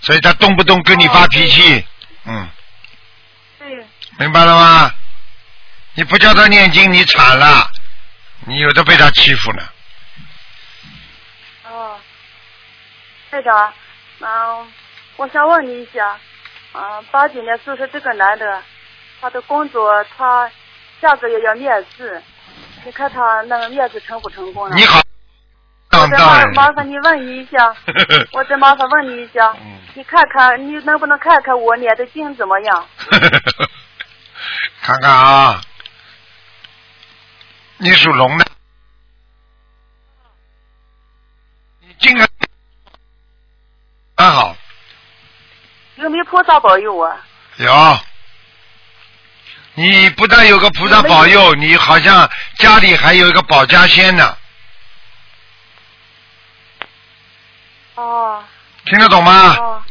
[SPEAKER 1] 所以他动不动跟你发脾气，嗯，
[SPEAKER 4] 对，
[SPEAKER 1] 明白了吗？你不叫他念经，你惨了，你有的被他欺负呢。
[SPEAKER 4] 哦，队长，嗯，我想问你一下，嗯，八九年就是这个男的，他的工作他下个月要面试，你看他那个面试成不成功了？
[SPEAKER 1] 你好，
[SPEAKER 4] 我
[SPEAKER 1] 当
[SPEAKER 4] 再
[SPEAKER 1] 当
[SPEAKER 4] 麻
[SPEAKER 1] 然，
[SPEAKER 4] 麻烦你问你一 下，我再麻烦问你一下
[SPEAKER 1] 嗯，
[SPEAKER 4] 你看看你能不能看看我念的经怎么样？
[SPEAKER 1] 看看啊，你属龙的，你竟然很好，
[SPEAKER 4] 有没有菩萨保佑我？
[SPEAKER 1] 有。你不但有个菩萨保佑，你好像家里还有一个保家仙呢，
[SPEAKER 4] 哦
[SPEAKER 1] 听得懂吗？
[SPEAKER 4] 哦，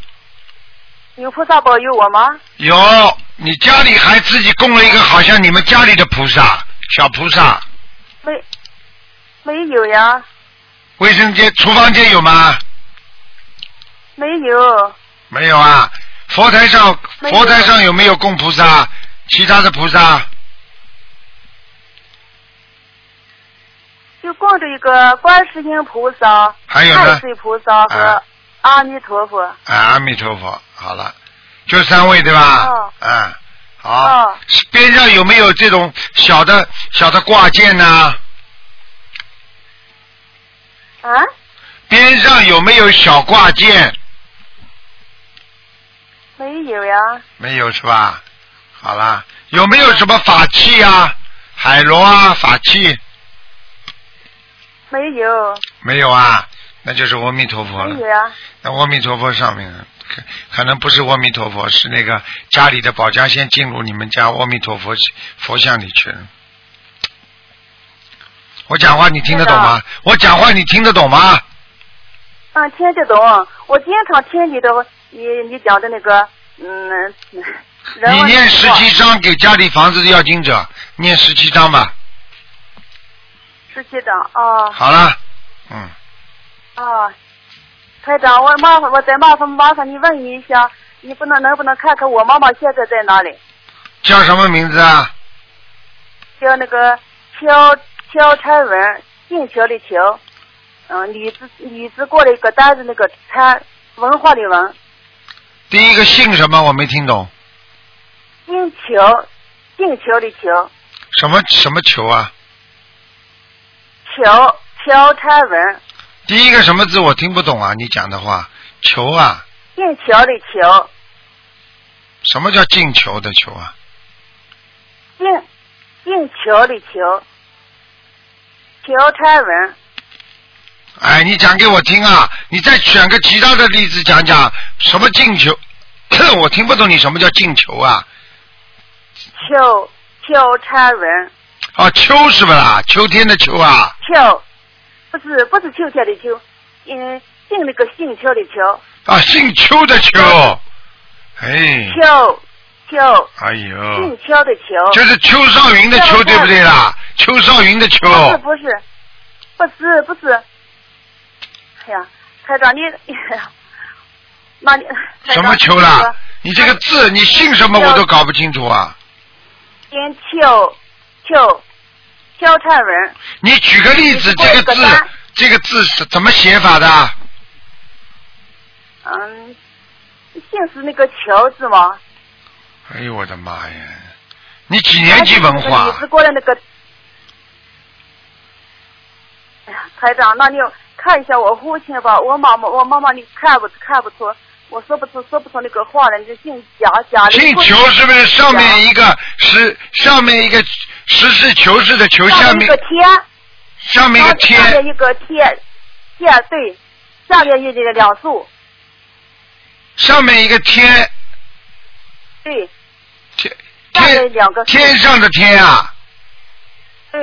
[SPEAKER 4] 有菩萨保佑我吗？
[SPEAKER 1] 有，你家里还自己供了一个好像你们家里的菩萨，小菩萨。
[SPEAKER 4] 没没有呀，
[SPEAKER 1] 卫生间、厨房间有吗？
[SPEAKER 4] 没有。
[SPEAKER 1] 没有啊。佛台上，
[SPEAKER 4] 没有
[SPEAKER 1] 佛台上有没有供菩萨？其他的菩萨啊
[SPEAKER 4] 就供着一个观世音菩萨、
[SPEAKER 1] 还有
[SPEAKER 4] 太
[SPEAKER 1] 呢？
[SPEAKER 4] 岁菩萨和
[SPEAKER 1] 啊
[SPEAKER 4] 阿弥陀佛。
[SPEAKER 1] 啊，阿弥陀佛，好了，就三位对吧？
[SPEAKER 4] 哦
[SPEAKER 1] 嗯，好。
[SPEAKER 4] 哦
[SPEAKER 1] 边上有没有这种小的小的挂件呐？
[SPEAKER 4] 啊，
[SPEAKER 1] 边上有没有小挂件？
[SPEAKER 4] 没有呀，
[SPEAKER 1] 没有是吧？好啦，有没有什么法器啊？海螺啊，法器
[SPEAKER 4] 没有，
[SPEAKER 1] 没有啊？那就是阿弥陀佛
[SPEAKER 4] 没有
[SPEAKER 1] 了。
[SPEAKER 4] 呀。
[SPEAKER 1] 那阿弥陀佛上面可可能不是阿弥陀佛，是那个家里的保家仙进入你们家阿弥陀佛佛像里去了。我讲话你听得懂吗？我讲话你听得懂吗？
[SPEAKER 4] 嗯，听得懂。我经常听你的，你你讲的那个，嗯，人
[SPEAKER 1] 你
[SPEAKER 4] 文
[SPEAKER 1] 念
[SPEAKER 4] 的
[SPEAKER 1] 十七章给家里房子的要经者，念十七章吧。
[SPEAKER 4] 十七章哦
[SPEAKER 1] 好了，嗯。
[SPEAKER 4] 哦，台长，我麻烦我再麻烦麻烦你问你一下，你不能能不能看看我妈妈现在在哪里？
[SPEAKER 1] 叫什么名字啊？
[SPEAKER 4] 叫那个乔乔婵文，姓乔的乔，嗯，女字女字过了一个单子那个婵，文化的文，
[SPEAKER 1] 第一个姓什么？我没听懂，
[SPEAKER 4] 姓乔，姓乔的乔，
[SPEAKER 1] 什么什么球啊？
[SPEAKER 4] 乔乔婵文，
[SPEAKER 1] 第一个什么字我听不懂啊？你讲的话，球啊，
[SPEAKER 4] 姓乔的乔，
[SPEAKER 1] 什么叫进球的球啊？
[SPEAKER 4] 姓姓乔的乔，乔婵文，
[SPEAKER 1] 哎，你讲给我听啊！你再选个其他的例子讲讲，什么进球？ 我听不懂你什么叫进球啊？
[SPEAKER 4] 乔乔婵文，
[SPEAKER 1] 啊，秋是不啦？秋天的秋啊？
[SPEAKER 4] 乔，不是不是秋天的秋，嗯，姓那个姓乔的乔，
[SPEAKER 1] 啊，姓邱的邱。哎，
[SPEAKER 4] 乔秋，
[SPEAKER 1] 哎呦
[SPEAKER 4] 静，秋的秋，
[SPEAKER 1] 就是邱少云的邱，对不对啦？邱少云的邱，
[SPEAKER 4] 啊不是不是不是不是，哎呀，台长你，哎呀那你台
[SPEAKER 1] 什
[SPEAKER 4] 长
[SPEAKER 1] 么邱
[SPEAKER 4] 那
[SPEAKER 1] 啦
[SPEAKER 4] 个？
[SPEAKER 1] 你这个字，你姓什么我都搞不清楚啊！
[SPEAKER 4] 边秋秋萧灿文，
[SPEAKER 1] 你举个例子，
[SPEAKER 4] 我
[SPEAKER 1] 这个
[SPEAKER 4] 我
[SPEAKER 1] 字
[SPEAKER 4] 答，
[SPEAKER 1] 这个字是怎么写法的？
[SPEAKER 4] 嗯，姓是那个秋字吗？
[SPEAKER 1] 哎呦我的妈呀！你几年级文
[SPEAKER 4] 你是
[SPEAKER 1] 化？
[SPEAKER 4] 过来那个。哎呀，台长，那你看一下我父亲吧，我妈妈，我妈妈你看不看不出，我说不出说不出那个话来，你就姓贾贾的。
[SPEAKER 1] 姓球是不是上面一
[SPEAKER 4] 啊
[SPEAKER 1] 个十，上面一个实事求是的求，下
[SPEAKER 4] 下面一
[SPEAKER 1] 面
[SPEAKER 4] 个天，
[SPEAKER 1] 上面一个
[SPEAKER 4] 然后下
[SPEAKER 1] 天，
[SPEAKER 4] 面一个天，天对，下面一个两竖，
[SPEAKER 1] 上面一个天，
[SPEAKER 4] 对
[SPEAKER 1] 天
[SPEAKER 4] 下面
[SPEAKER 1] 天
[SPEAKER 4] 两个竖
[SPEAKER 1] 天上的天啊！
[SPEAKER 4] 对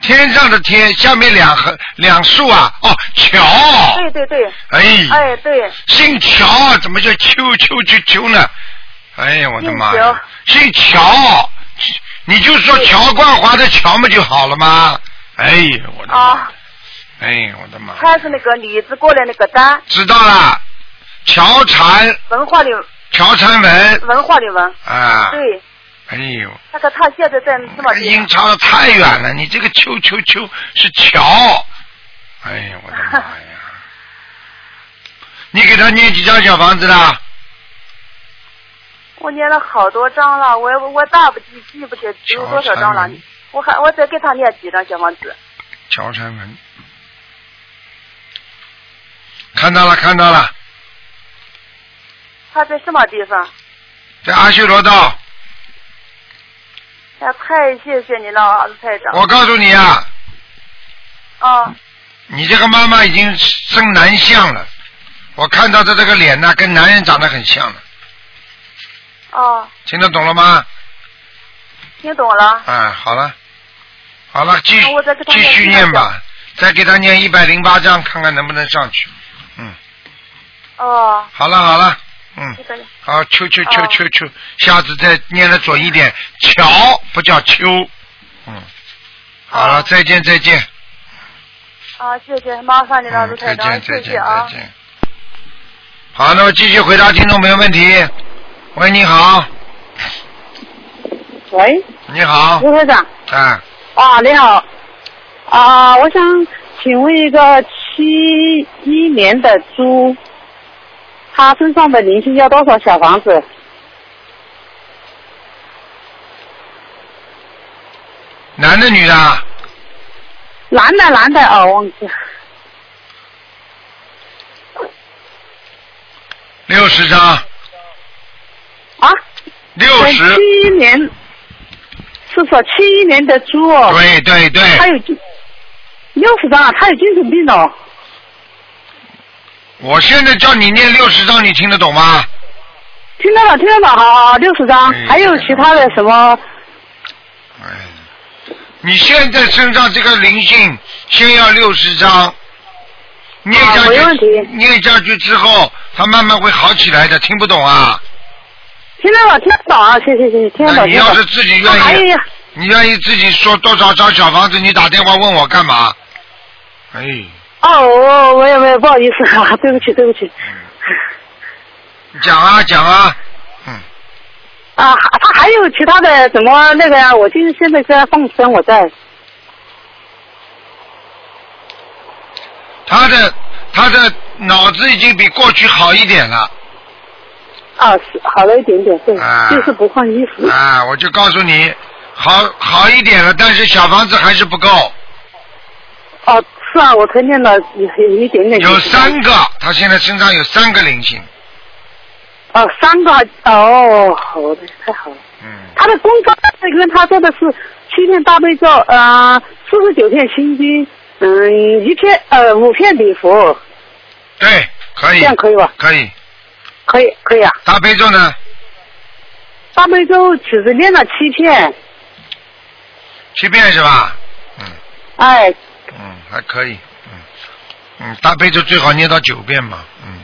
[SPEAKER 1] 天上的天，下面两横两竖啊，哦，乔，
[SPEAKER 4] 对对对，
[SPEAKER 1] 哎，
[SPEAKER 4] 哎对，
[SPEAKER 1] 姓乔啊怎么叫秋秋秋秋呢？哎呀，我的妈呀，姓乔，你就说乔冠华的乔嘛就好了吗？哎呀，我的妈，
[SPEAKER 4] 啊，
[SPEAKER 1] 哎呀，我的妈，
[SPEAKER 4] 他是那个女字过来那个单，
[SPEAKER 1] 知道啦，乔婵
[SPEAKER 4] 文化的
[SPEAKER 1] 乔婵文
[SPEAKER 4] 文化的文，
[SPEAKER 1] 哎啊，
[SPEAKER 4] 对，
[SPEAKER 1] 哎呦，
[SPEAKER 4] 那个他现在在什么地
[SPEAKER 1] 音
[SPEAKER 4] 方？
[SPEAKER 1] 差的太远了，你这个秋秋秋是乔，哎呀，我的妈 呀！你给他念几张小房子啦？
[SPEAKER 4] 我念了好多章了，我我大不记记不得有多少
[SPEAKER 1] 乔
[SPEAKER 4] 章了
[SPEAKER 1] 婵文。
[SPEAKER 4] 我还我再给他念几张小房子。
[SPEAKER 1] 乔婵文，看到了，看到了，
[SPEAKER 4] 他在什么地方？
[SPEAKER 1] 在阿修罗道。
[SPEAKER 4] 哎呀，太谢谢你了，台长。
[SPEAKER 1] 我告诉你啊，
[SPEAKER 4] 啊，
[SPEAKER 1] 你这个妈妈已经生男相了，我看到她这个脸呢、跟男人长得很像了，
[SPEAKER 4] 哦，
[SPEAKER 1] 听得懂了吗？
[SPEAKER 4] 听懂了。
[SPEAKER 1] 啊，好了，好了，继
[SPEAKER 4] 那我再给他
[SPEAKER 1] 继
[SPEAKER 4] 念
[SPEAKER 1] 续
[SPEAKER 4] 一百
[SPEAKER 1] 念
[SPEAKER 4] 张
[SPEAKER 1] 吧，再给他念一百零八章，看看能不能上去。嗯，
[SPEAKER 4] 哦，
[SPEAKER 1] 好了好了，嗯
[SPEAKER 4] 这，个
[SPEAKER 1] 好，秋秋秋
[SPEAKER 4] 哦
[SPEAKER 1] 秋秋，下次再念的准一点，乔不叫秋，嗯，好了，
[SPEAKER 4] 哦
[SPEAKER 1] 再见再见，
[SPEAKER 4] 啊，谢谢，麻烦你了，
[SPEAKER 1] 嗯，
[SPEAKER 4] 卢台
[SPEAKER 1] 再
[SPEAKER 4] 长，
[SPEAKER 1] 见再
[SPEAKER 4] 谢
[SPEAKER 1] 见
[SPEAKER 4] 谢啊
[SPEAKER 1] 再。见。好，那么继续回答听众朋友问题。喂，你好，
[SPEAKER 5] 喂，
[SPEAKER 1] 你好，
[SPEAKER 5] 卢科长
[SPEAKER 1] 啊，
[SPEAKER 5] 啊，你好啊，我想请问一个七一年的猪，它身上的灵性要多少小房子？
[SPEAKER 1] 男的女的啊？
[SPEAKER 5] 男的，男的哦，忘记了
[SPEAKER 1] 六十张，
[SPEAKER 5] 啊，
[SPEAKER 1] 六十
[SPEAKER 5] 七，一年是说七一年的猪哦，
[SPEAKER 1] 对对对。
[SPEAKER 5] 它有精六十张啊，它有精神病哦，
[SPEAKER 1] 我现在叫你念六十章，你听得懂吗？
[SPEAKER 5] 听到了，听到了，好好，六十张
[SPEAKER 1] 哎，
[SPEAKER 5] 啊还有其他的什么？
[SPEAKER 1] 哎，你现在身上这个灵性，先要六十章，念下
[SPEAKER 5] 啊
[SPEAKER 1] 去，
[SPEAKER 5] 没问题
[SPEAKER 1] 念下去之后，它慢慢会好起来的。听不懂啊？
[SPEAKER 5] 听到了，听得懂啊，谢谢谢谢，听得
[SPEAKER 1] 那
[SPEAKER 5] 懂。
[SPEAKER 1] 你
[SPEAKER 5] 听得
[SPEAKER 1] 要
[SPEAKER 5] 懂
[SPEAKER 1] 是自己
[SPEAKER 5] 啊
[SPEAKER 3] 哎
[SPEAKER 5] 还
[SPEAKER 1] 愿意，
[SPEAKER 5] 有
[SPEAKER 1] 你愿意自己说多少张小房子，你打电话问我干嘛？哎，
[SPEAKER 5] 哦，我我也没有，不好意 思啊，对不起对不起。
[SPEAKER 1] 你讲啊讲啊，嗯，
[SPEAKER 5] 啊，他还有其他的怎么那个呀？我就是现在在放生，我在
[SPEAKER 1] 他的他的脑子已经比过去好一点了。
[SPEAKER 5] 啊，是好了一点点，对，
[SPEAKER 1] 啊
[SPEAKER 5] 就是不换衣服。
[SPEAKER 1] 啊，我就告诉你，好好一点了，但是小房子还是不够，
[SPEAKER 5] 哦，是啊，我看见了有有一点点。
[SPEAKER 1] 有三。个，他现在身上有三个灵性，
[SPEAKER 5] 哦，三个哦，好的，太好了。
[SPEAKER 1] 嗯，
[SPEAKER 5] 他的工作跟他做的是七天大悲咒，呃，四十九片心经，嗯，一片呃五片礼佛，
[SPEAKER 1] 对，可
[SPEAKER 5] 这
[SPEAKER 1] 以，
[SPEAKER 5] 样可以吧？
[SPEAKER 1] 可以，
[SPEAKER 5] 可以可以啊。
[SPEAKER 1] 大悲咒呢，
[SPEAKER 5] 大悲咒只是练了七片，
[SPEAKER 1] 七遍是吧？嗯
[SPEAKER 5] 哎，
[SPEAKER 1] 嗯，还可以，嗯嗯，大悲咒最好念到九遍嘛，嗯，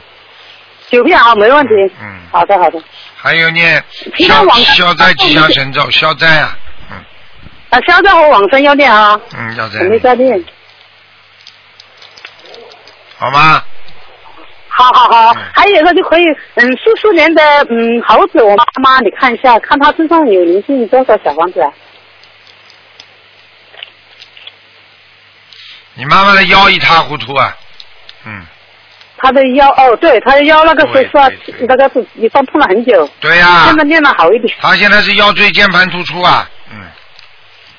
[SPEAKER 3] 九遍啊，没问题。
[SPEAKER 1] 嗯，
[SPEAKER 3] 好的，好的。
[SPEAKER 1] 还有念
[SPEAKER 3] 平
[SPEAKER 1] 消
[SPEAKER 3] 常往
[SPEAKER 1] 消灾吉祥神咒，消灾啊，嗯
[SPEAKER 3] 啊，消灾和往生要念啊，
[SPEAKER 1] 嗯，要这
[SPEAKER 3] 我没
[SPEAKER 1] 样，
[SPEAKER 3] 在念。
[SPEAKER 1] 好吗？
[SPEAKER 3] 好好好
[SPEAKER 1] 嗯，
[SPEAKER 3] 还有一个就可以，嗯，四四年的嗯猴子，我妈妈你看一下，看她身上有灵性多少小房子啊？
[SPEAKER 1] 你妈妈的腰一塌糊涂啊，嗯，
[SPEAKER 3] 她的腰哦，对，她的腰那个时候是啊
[SPEAKER 1] 对对对啊
[SPEAKER 3] 那个是一放痛了很久，
[SPEAKER 1] 对呀、
[SPEAKER 3] 现在念的好一点。
[SPEAKER 1] 她现在是腰椎间盘突出啊，嗯，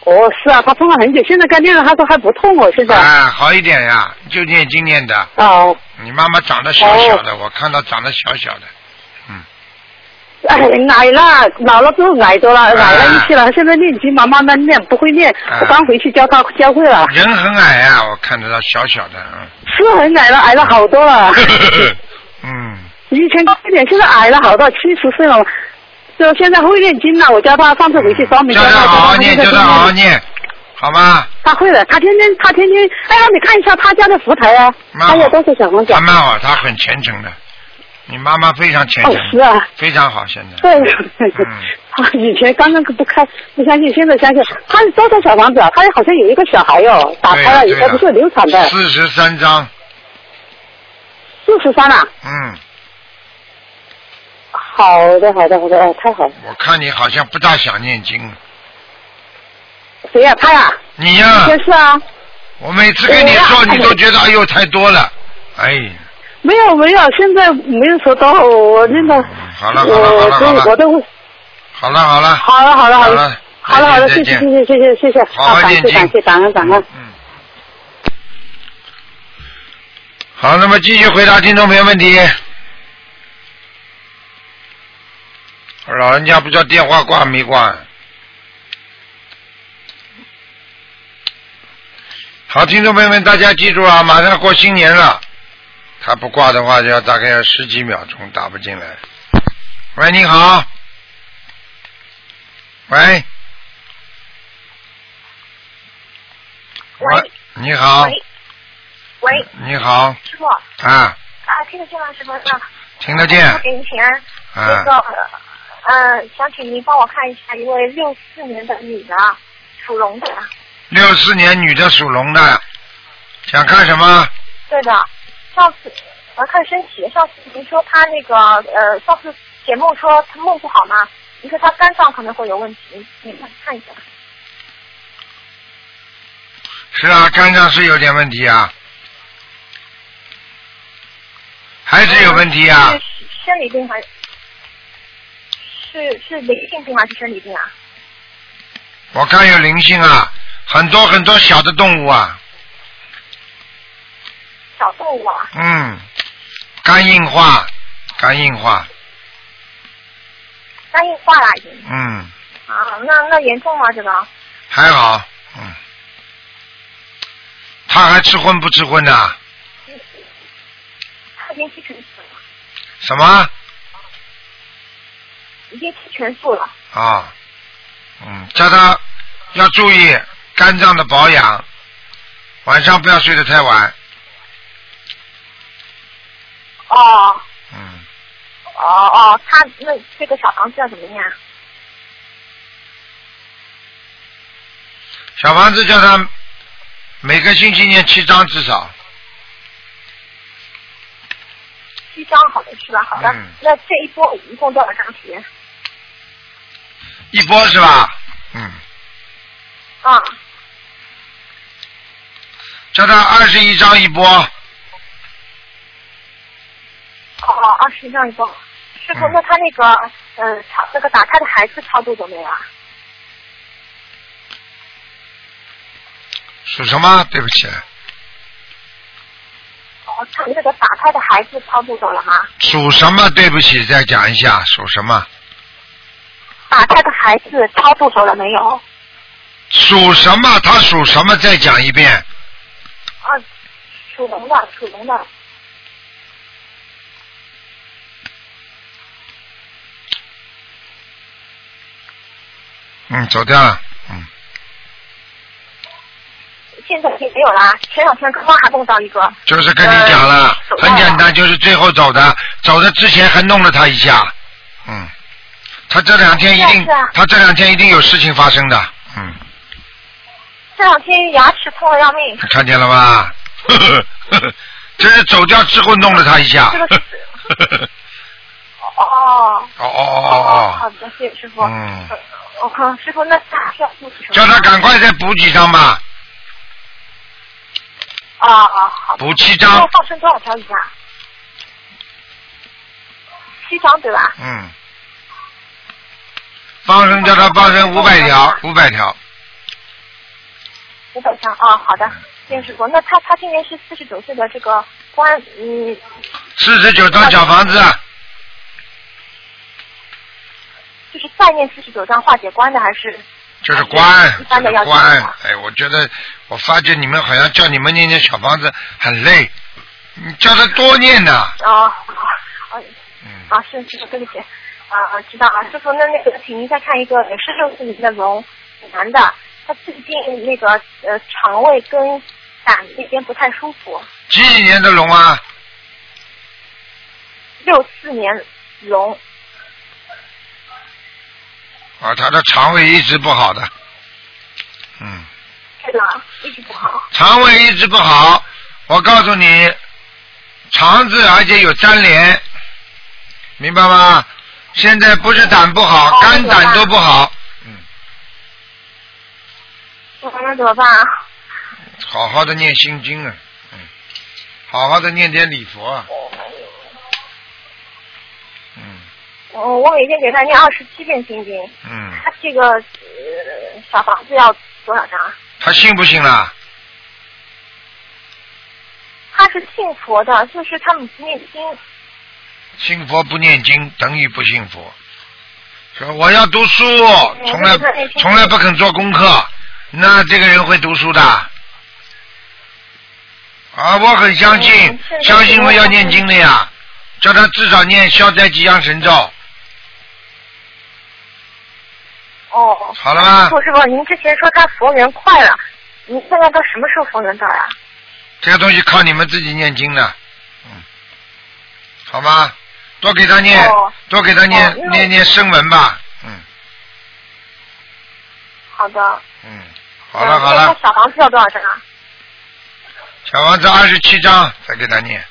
[SPEAKER 3] 哦，是啊，她痛了很久，现在该念了，她说还不痛哦，现在。
[SPEAKER 1] 哎，好一点呀、就念经念的，
[SPEAKER 3] 哦，
[SPEAKER 1] 你妈妈长得小小的，我看到长得小小的，
[SPEAKER 3] 哎，奶了，老了之后奶多了，奶了一些了，现在念经嘛，慢慢念，不会念
[SPEAKER 1] 啊，
[SPEAKER 3] 我刚回去教她教会了，
[SPEAKER 1] 人很矮啊，我看得到小小的，嗯。
[SPEAKER 3] 是很矮了，矮了好 多了。
[SPEAKER 1] 嗯，
[SPEAKER 3] 以前高一点，现在矮了好多，七十岁了。就现在会念经了，我教他上次回去烧没
[SPEAKER 1] 叫
[SPEAKER 3] 他，
[SPEAKER 1] 他好好念，叫
[SPEAKER 3] 他现在
[SPEAKER 1] 他好好
[SPEAKER 3] 天天。
[SPEAKER 1] 念，好吗？
[SPEAKER 3] 他会的，他天天他天天，哎呀，你看一下他家的福台啊，
[SPEAKER 1] 蛮好
[SPEAKER 3] 他有多少小房子
[SPEAKER 1] 他？蛮好，他很虔诚的。你妈妈非常虔
[SPEAKER 3] 哦，
[SPEAKER 1] 诚
[SPEAKER 3] 是，啊，
[SPEAKER 1] 非常好，现在。
[SPEAKER 3] 对
[SPEAKER 1] 嗯。
[SPEAKER 3] 他以前刚刚不看不相信，现在相信。他有多少小房子啊？他好像有一个小孩哦， 打
[SPEAKER 1] 对
[SPEAKER 3] 胎了，以前不是流产的，
[SPEAKER 1] 四十三章，
[SPEAKER 3] 四十三了。
[SPEAKER 1] 嗯，
[SPEAKER 3] 好的，好的，好的，哎，太好了。
[SPEAKER 1] 我看你好像不大想念经。
[SPEAKER 3] 谁呀、他呀、
[SPEAKER 1] 你呀、
[SPEAKER 3] 真是啊。
[SPEAKER 1] 我每次跟你说，你都觉得哎呦太多了，哎，
[SPEAKER 3] 没有没有，现在没有说到我那个，
[SPEAKER 1] 嗯好了好了好
[SPEAKER 3] 我
[SPEAKER 1] 了好了
[SPEAKER 3] 都我都
[SPEAKER 1] 好了好了，
[SPEAKER 3] 好了好了
[SPEAKER 1] 好
[SPEAKER 3] 好
[SPEAKER 1] 了
[SPEAKER 3] 了好了好了，
[SPEAKER 1] 再
[SPEAKER 3] 谢
[SPEAKER 1] 见再见
[SPEAKER 3] 谢谢谢谢谢谢谢，啊
[SPEAKER 1] 好好
[SPEAKER 3] 感
[SPEAKER 1] 念
[SPEAKER 3] 谢
[SPEAKER 1] 经
[SPEAKER 3] 感谢感恩感恩。
[SPEAKER 1] 嗯。好，那么继续回答听众朋友问题。老人家不知道电话挂没挂。好，听众朋友们，大家记住啊，马上过新年了，他不挂的话，就要大概要十几秒钟打不进来。喂，你好。喂。喂，你好。
[SPEAKER 4] 喂，喂，
[SPEAKER 1] 你好，
[SPEAKER 4] 师傅啊，
[SPEAKER 1] 啊，
[SPEAKER 4] 听得见吗？师傅，那
[SPEAKER 1] 听得见，
[SPEAKER 4] 我给您请安。那个
[SPEAKER 1] 啊，，
[SPEAKER 4] 呃，想请您帮我看一下一位六四年的女的，属龙的，
[SPEAKER 1] 六四年女的属龙的，想看什么？
[SPEAKER 4] 对的。上次我看身体，上次您说她那个呃，上次解梦说她梦不好嘛，您说她肝脏可能会有问题，你看看一下。
[SPEAKER 1] 是啊，肝脏是有点问题啊，还是有问题啊
[SPEAKER 4] 是？生理病还是是是灵性病还是生理病啊？
[SPEAKER 1] 我看有灵性啊，很多很多小的动物啊，
[SPEAKER 4] 小动物啊，
[SPEAKER 1] 嗯，肝硬化，肝硬化，
[SPEAKER 4] 肝硬化了已经
[SPEAKER 1] 嗯，
[SPEAKER 4] 啊，那那严重吗？这个？
[SPEAKER 1] 还好，嗯，他还吃荤不吃荤啊呐、
[SPEAKER 4] 他已经吃全素了，
[SPEAKER 1] 什么？
[SPEAKER 4] 已经吃全素了。
[SPEAKER 1] 啊，嗯，叫他要注意肝脏的保养，晚上不要睡得太晚，
[SPEAKER 4] 哦
[SPEAKER 1] 嗯，
[SPEAKER 4] 哦哦，他那这个小房子要怎么念啊？
[SPEAKER 1] 小房子叫他每个星期念七章至少，
[SPEAKER 4] 七张好的是吧？好的，
[SPEAKER 1] 嗯
[SPEAKER 4] 那这一波一共多少张题？
[SPEAKER 1] 一波是吧？嗯，
[SPEAKER 4] 啊、
[SPEAKER 1] 叫他二十一章一波，
[SPEAKER 4] 哦哦，二十张一共。师傅，
[SPEAKER 1] 嗯
[SPEAKER 4] 那他那个嗯，操那个打他的孩子超度怎么样啊？
[SPEAKER 1] 属什么？对不起，
[SPEAKER 4] 哦，他那个打他的孩子超度走了吗？
[SPEAKER 1] 属什么？对不起，再讲一下属什么？
[SPEAKER 4] 打他的孩子超度走了没有？啊
[SPEAKER 1] 属什么？他属什么？再讲一遍。
[SPEAKER 4] 啊，属龙的，属龙的。
[SPEAKER 1] 嗯，走掉了。嗯，
[SPEAKER 4] 现现在已经没有啦。前两天刚刚还梦到一个，
[SPEAKER 1] 就是跟你讲了，
[SPEAKER 4] 呃
[SPEAKER 1] 很简单，就是最后走的，走的之前还弄了他一下，嗯，他这两天一定
[SPEAKER 4] 是啊是啊，
[SPEAKER 1] 他这两天一定有事情发生的，嗯，
[SPEAKER 4] 这两天牙齿痛的要命。
[SPEAKER 1] 看见了吧？ 呵呵呵呵，就是走掉之后弄了他一下，
[SPEAKER 4] 这个
[SPEAKER 1] 呵
[SPEAKER 4] 是
[SPEAKER 1] 呵呵呵
[SPEAKER 4] 哦
[SPEAKER 1] 哦哦
[SPEAKER 4] 好
[SPEAKER 1] 哦
[SPEAKER 4] 的，谢谢师傅。
[SPEAKER 1] 哦，嗯，
[SPEAKER 4] 我靠，师傅，那大票就是什么
[SPEAKER 1] 叫他赶快再补几张吧，
[SPEAKER 4] 啊啊，好的。
[SPEAKER 1] 补七
[SPEAKER 4] 那
[SPEAKER 1] 张
[SPEAKER 4] 我，放生多少条鱼啊？七张对吧？
[SPEAKER 1] 嗯，放生叫他放生五百条，五百条，
[SPEAKER 4] 五百张啊，好的，谢谢师傅。那他他今年是四十九岁的这个官，嗯，
[SPEAKER 1] 四十九张小房子，啊
[SPEAKER 4] 就是再念四十九张化解官的还是？
[SPEAKER 1] 就是关，
[SPEAKER 4] 一般
[SPEAKER 1] 就
[SPEAKER 4] 的
[SPEAKER 1] 是
[SPEAKER 4] 要
[SPEAKER 1] 关
[SPEAKER 4] 紧啊。
[SPEAKER 1] 哎，我觉得我发觉你们好像叫你们念念小房子很累，你叫他多念呐、
[SPEAKER 4] 哦，哦
[SPEAKER 1] 嗯，
[SPEAKER 4] 啊，是是，对不起，啊啊，知道啊，师傅，那那个，请您再看一个也是六四年的龙男的，他最近那个呃肠胃跟胆那边不太舒服。
[SPEAKER 1] 几几年的龙啊？
[SPEAKER 4] 六四年龙
[SPEAKER 1] 啊，他的肠胃一直不好的，嗯，
[SPEAKER 4] 是吧？一直不好。
[SPEAKER 1] 肠胃一直不好。我告诉你，肠子而且有粘连，明白吗？现在不是胆不好，
[SPEAKER 4] 哦
[SPEAKER 1] 肝胆都不好。
[SPEAKER 4] 那那怎么办啊？
[SPEAKER 1] 好好的念心经啊，嗯，好好的念点礼佛啊，嗯
[SPEAKER 4] 我我每天给他念二十七遍心经，
[SPEAKER 1] 嗯。
[SPEAKER 4] 他这个呃小房子要多少张啊？
[SPEAKER 1] 他信不信啊啦？
[SPEAKER 4] 他是信佛的，就是他们念经
[SPEAKER 1] 信佛不念经等于不信佛。说我要读书，从来
[SPEAKER 4] 那个
[SPEAKER 1] 从来不肯做功课，那这个人会读书的？啊，我很相信
[SPEAKER 4] 嗯，是
[SPEAKER 1] 相信我要念经的呀，叫他至少念消灾吉祥神咒。
[SPEAKER 4] 哦。
[SPEAKER 1] 好了吗
[SPEAKER 4] 师傅，师傅，您之前说他佛缘快了，您现在到什么时候佛缘到呀、
[SPEAKER 1] 这个东西靠你们自己念经的，嗯，好吗？多给他念，
[SPEAKER 4] 哦
[SPEAKER 1] 多给他念、
[SPEAKER 4] 哦因为
[SPEAKER 1] 念念声文吧，嗯
[SPEAKER 4] 好的。
[SPEAKER 1] 嗯，好了好
[SPEAKER 4] 嗯那
[SPEAKER 1] 了
[SPEAKER 4] 他。小房子要多少张啊？
[SPEAKER 1] 小房子二十七章，再给他念。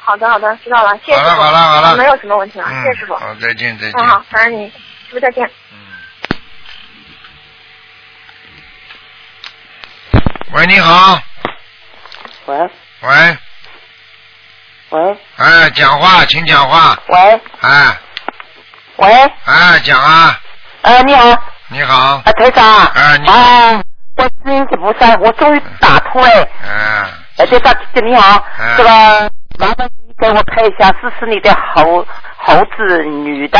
[SPEAKER 4] 好的，好的，知道了，谢谢
[SPEAKER 1] 好
[SPEAKER 4] 师
[SPEAKER 1] 了
[SPEAKER 4] 傅。
[SPEAKER 1] 好了好了
[SPEAKER 4] 我没有什么问题了，
[SPEAKER 1] 嗯，
[SPEAKER 4] 谢谢师傅。
[SPEAKER 1] 好，再见再见。
[SPEAKER 4] 嗯，好，感恩您，师傅再见。
[SPEAKER 1] 嗯。喂，你好。
[SPEAKER 6] 喂
[SPEAKER 1] 喂，
[SPEAKER 6] 喂
[SPEAKER 1] 哎，讲话，请讲话。
[SPEAKER 6] 喂
[SPEAKER 1] 哎
[SPEAKER 6] 喂，
[SPEAKER 1] 哎，讲啊。
[SPEAKER 6] 呃，你好，
[SPEAKER 1] 你好。
[SPEAKER 6] 啊，台长，
[SPEAKER 1] 啊你好
[SPEAKER 6] 哎，我观音菩萨，我终于打通了，
[SPEAKER 1] 哎，
[SPEAKER 6] 呃，台长，你好，
[SPEAKER 1] 嗯
[SPEAKER 6] 这个麻烦你给我看一下四十年的猴猴子女的，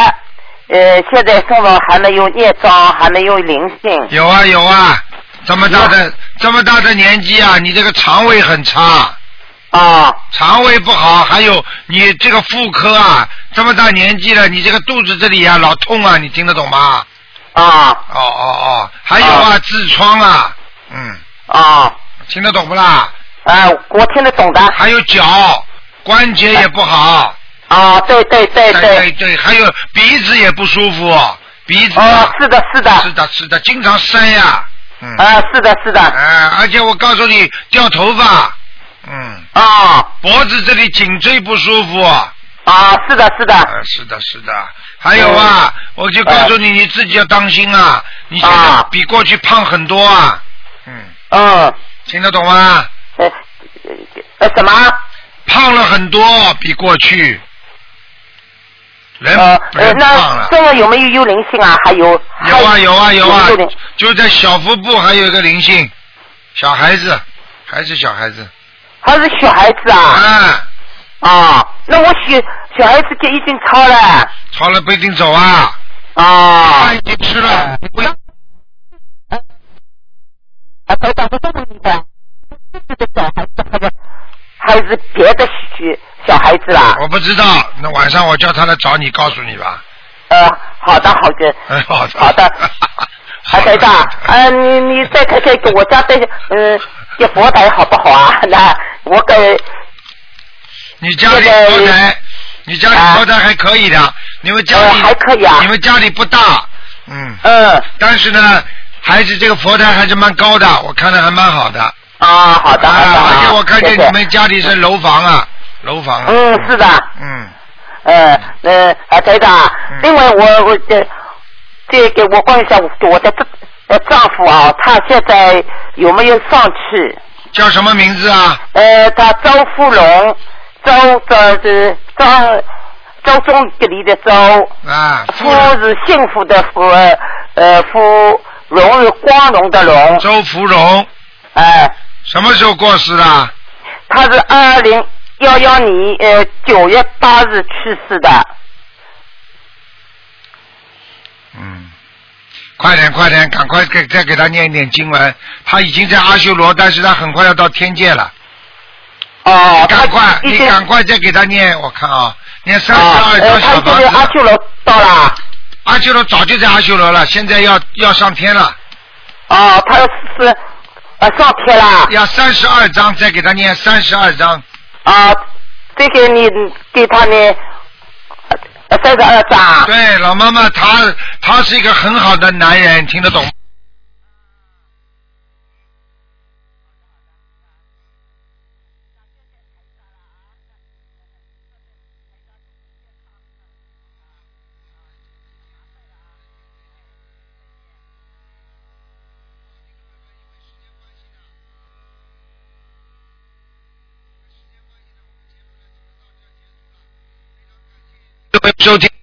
[SPEAKER 6] 呃，现在身上还没有孽障，还没有灵性，
[SPEAKER 1] 有啊有啊，这么大的这么大的年纪啊，你这个肠胃很差。
[SPEAKER 6] 啊，
[SPEAKER 1] 肠胃不好，还有你这个妇科啊，这么大年纪了，你这个肚子这里啊老痛啊，你听得懂吗？
[SPEAKER 6] 啊
[SPEAKER 1] 哦哦哦，还有啊，痔疮啊，嗯，
[SPEAKER 6] 啊，
[SPEAKER 1] 听得懂不啦？
[SPEAKER 6] 哎、我听得懂的，
[SPEAKER 1] 还有脚关节也不好，
[SPEAKER 6] 啊，对对对
[SPEAKER 1] 对
[SPEAKER 6] 对，
[SPEAKER 1] 对，还有鼻子也不舒服，鼻子
[SPEAKER 6] 哦
[SPEAKER 1] 啊，
[SPEAKER 6] 是的是的，
[SPEAKER 1] 是的是的，经常塞呀，嗯，哎、
[SPEAKER 6] 啊，是的是的，
[SPEAKER 1] 而且我告诉你，掉头发，嗯，
[SPEAKER 6] 啊
[SPEAKER 1] 脖子这里颈椎不舒服，
[SPEAKER 6] 啊，是的是的，
[SPEAKER 1] 啊，是的，是的，还有啊，我就告诉你，你自己要当心啊，你现在
[SPEAKER 6] 啊
[SPEAKER 1] 比过去胖很多啊，嗯，
[SPEAKER 6] 嗯。
[SPEAKER 1] 听得懂吗？
[SPEAKER 6] 呃呃什么？
[SPEAKER 1] 胖了很多，比过去，人
[SPEAKER 6] 呃呃，
[SPEAKER 1] 人胖
[SPEAKER 6] 那
[SPEAKER 1] 了，
[SPEAKER 6] 这个有没有幽灵性啊？还有
[SPEAKER 1] 有啊有啊有啊
[SPEAKER 6] 幽灵，
[SPEAKER 1] 就在小腹部还有一个灵性，小孩子，还是小孩子，
[SPEAKER 6] 还是小孩子啊？
[SPEAKER 1] 啊，
[SPEAKER 6] 啊，那我小小孩子就已经超了
[SPEAKER 1] 超了不一定走啊，
[SPEAKER 6] 啊
[SPEAKER 1] 饭已经吃了，你不要
[SPEAKER 6] 啊！头长不这么明白，这个小孩子还是还是别的小小孩子啦？
[SPEAKER 1] 我不知道，那晚上我叫他来找你，告诉你吧。
[SPEAKER 6] 呃，好的好的
[SPEAKER 1] 哎 哎，好的，
[SPEAKER 6] 好的，还台长，呃，你你再看看我家的嗯，这佛台好不好啊？ 那我给
[SPEAKER 1] 你家里佛台，你家里佛台还可以的，你们家里
[SPEAKER 6] 啊还可以啊，
[SPEAKER 1] 你们家里不大，嗯
[SPEAKER 6] 嗯，
[SPEAKER 1] 但是呢，还是这个佛台还是蛮高的，我看的还蛮好的。
[SPEAKER 6] 啊，好的，好的
[SPEAKER 1] 而且
[SPEAKER 6] 啊
[SPEAKER 1] 我看见
[SPEAKER 6] 谢谢
[SPEAKER 1] 你们家里是楼房啊，楼房啊。
[SPEAKER 6] 嗯，是的，
[SPEAKER 1] 嗯，
[SPEAKER 6] 呃呃，啊，台长啊，另外我我这这给我问一下我我的丈呃丈夫啊，他现在有没有上去？
[SPEAKER 1] 叫什么名字啊？
[SPEAKER 6] 呃，他周富龙，周这这张周中一个里的周，
[SPEAKER 1] 啊，
[SPEAKER 6] 富是幸福的福，呃富荣是光荣的荣，
[SPEAKER 1] 周福荣。
[SPEAKER 6] 哎、
[SPEAKER 1] 什么时候过世的？
[SPEAKER 6] 他是二零幺幺年呃九月八日去世的。
[SPEAKER 1] 嗯，快点快点，赶快给再给他念一点经文。他已经在阿修罗，但是他很快要到天界了。
[SPEAKER 6] 哦，
[SPEAKER 1] 赶快，
[SPEAKER 6] 已
[SPEAKER 1] 你
[SPEAKER 6] 经
[SPEAKER 1] 赶快再给他念，我看啊，念三十
[SPEAKER 6] 啊，
[SPEAKER 1] 二
[SPEAKER 6] 呃，
[SPEAKER 1] 张
[SPEAKER 6] 他
[SPEAKER 1] 小
[SPEAKER 6] 现
[SPEAKER 1] 房
[SPEAKER 6] 在阿
[SPEAKER 1] 子。
[SPEAKER 6] 修罗到了。
[SPEAKER 1] 阿修罗早就在阿修罗了，现在要要上天了，
[SPEAKER 6] 哦，他是呃上天了。
[SPEAKER 1] 要三十二章，再给他念三十二章。
[SPEAKER 6] 啊，这个你给他呢呃三十二张。
[SPEAKER 1] 对，老妈妈，他他是一个很好的男人，听得懂吗收听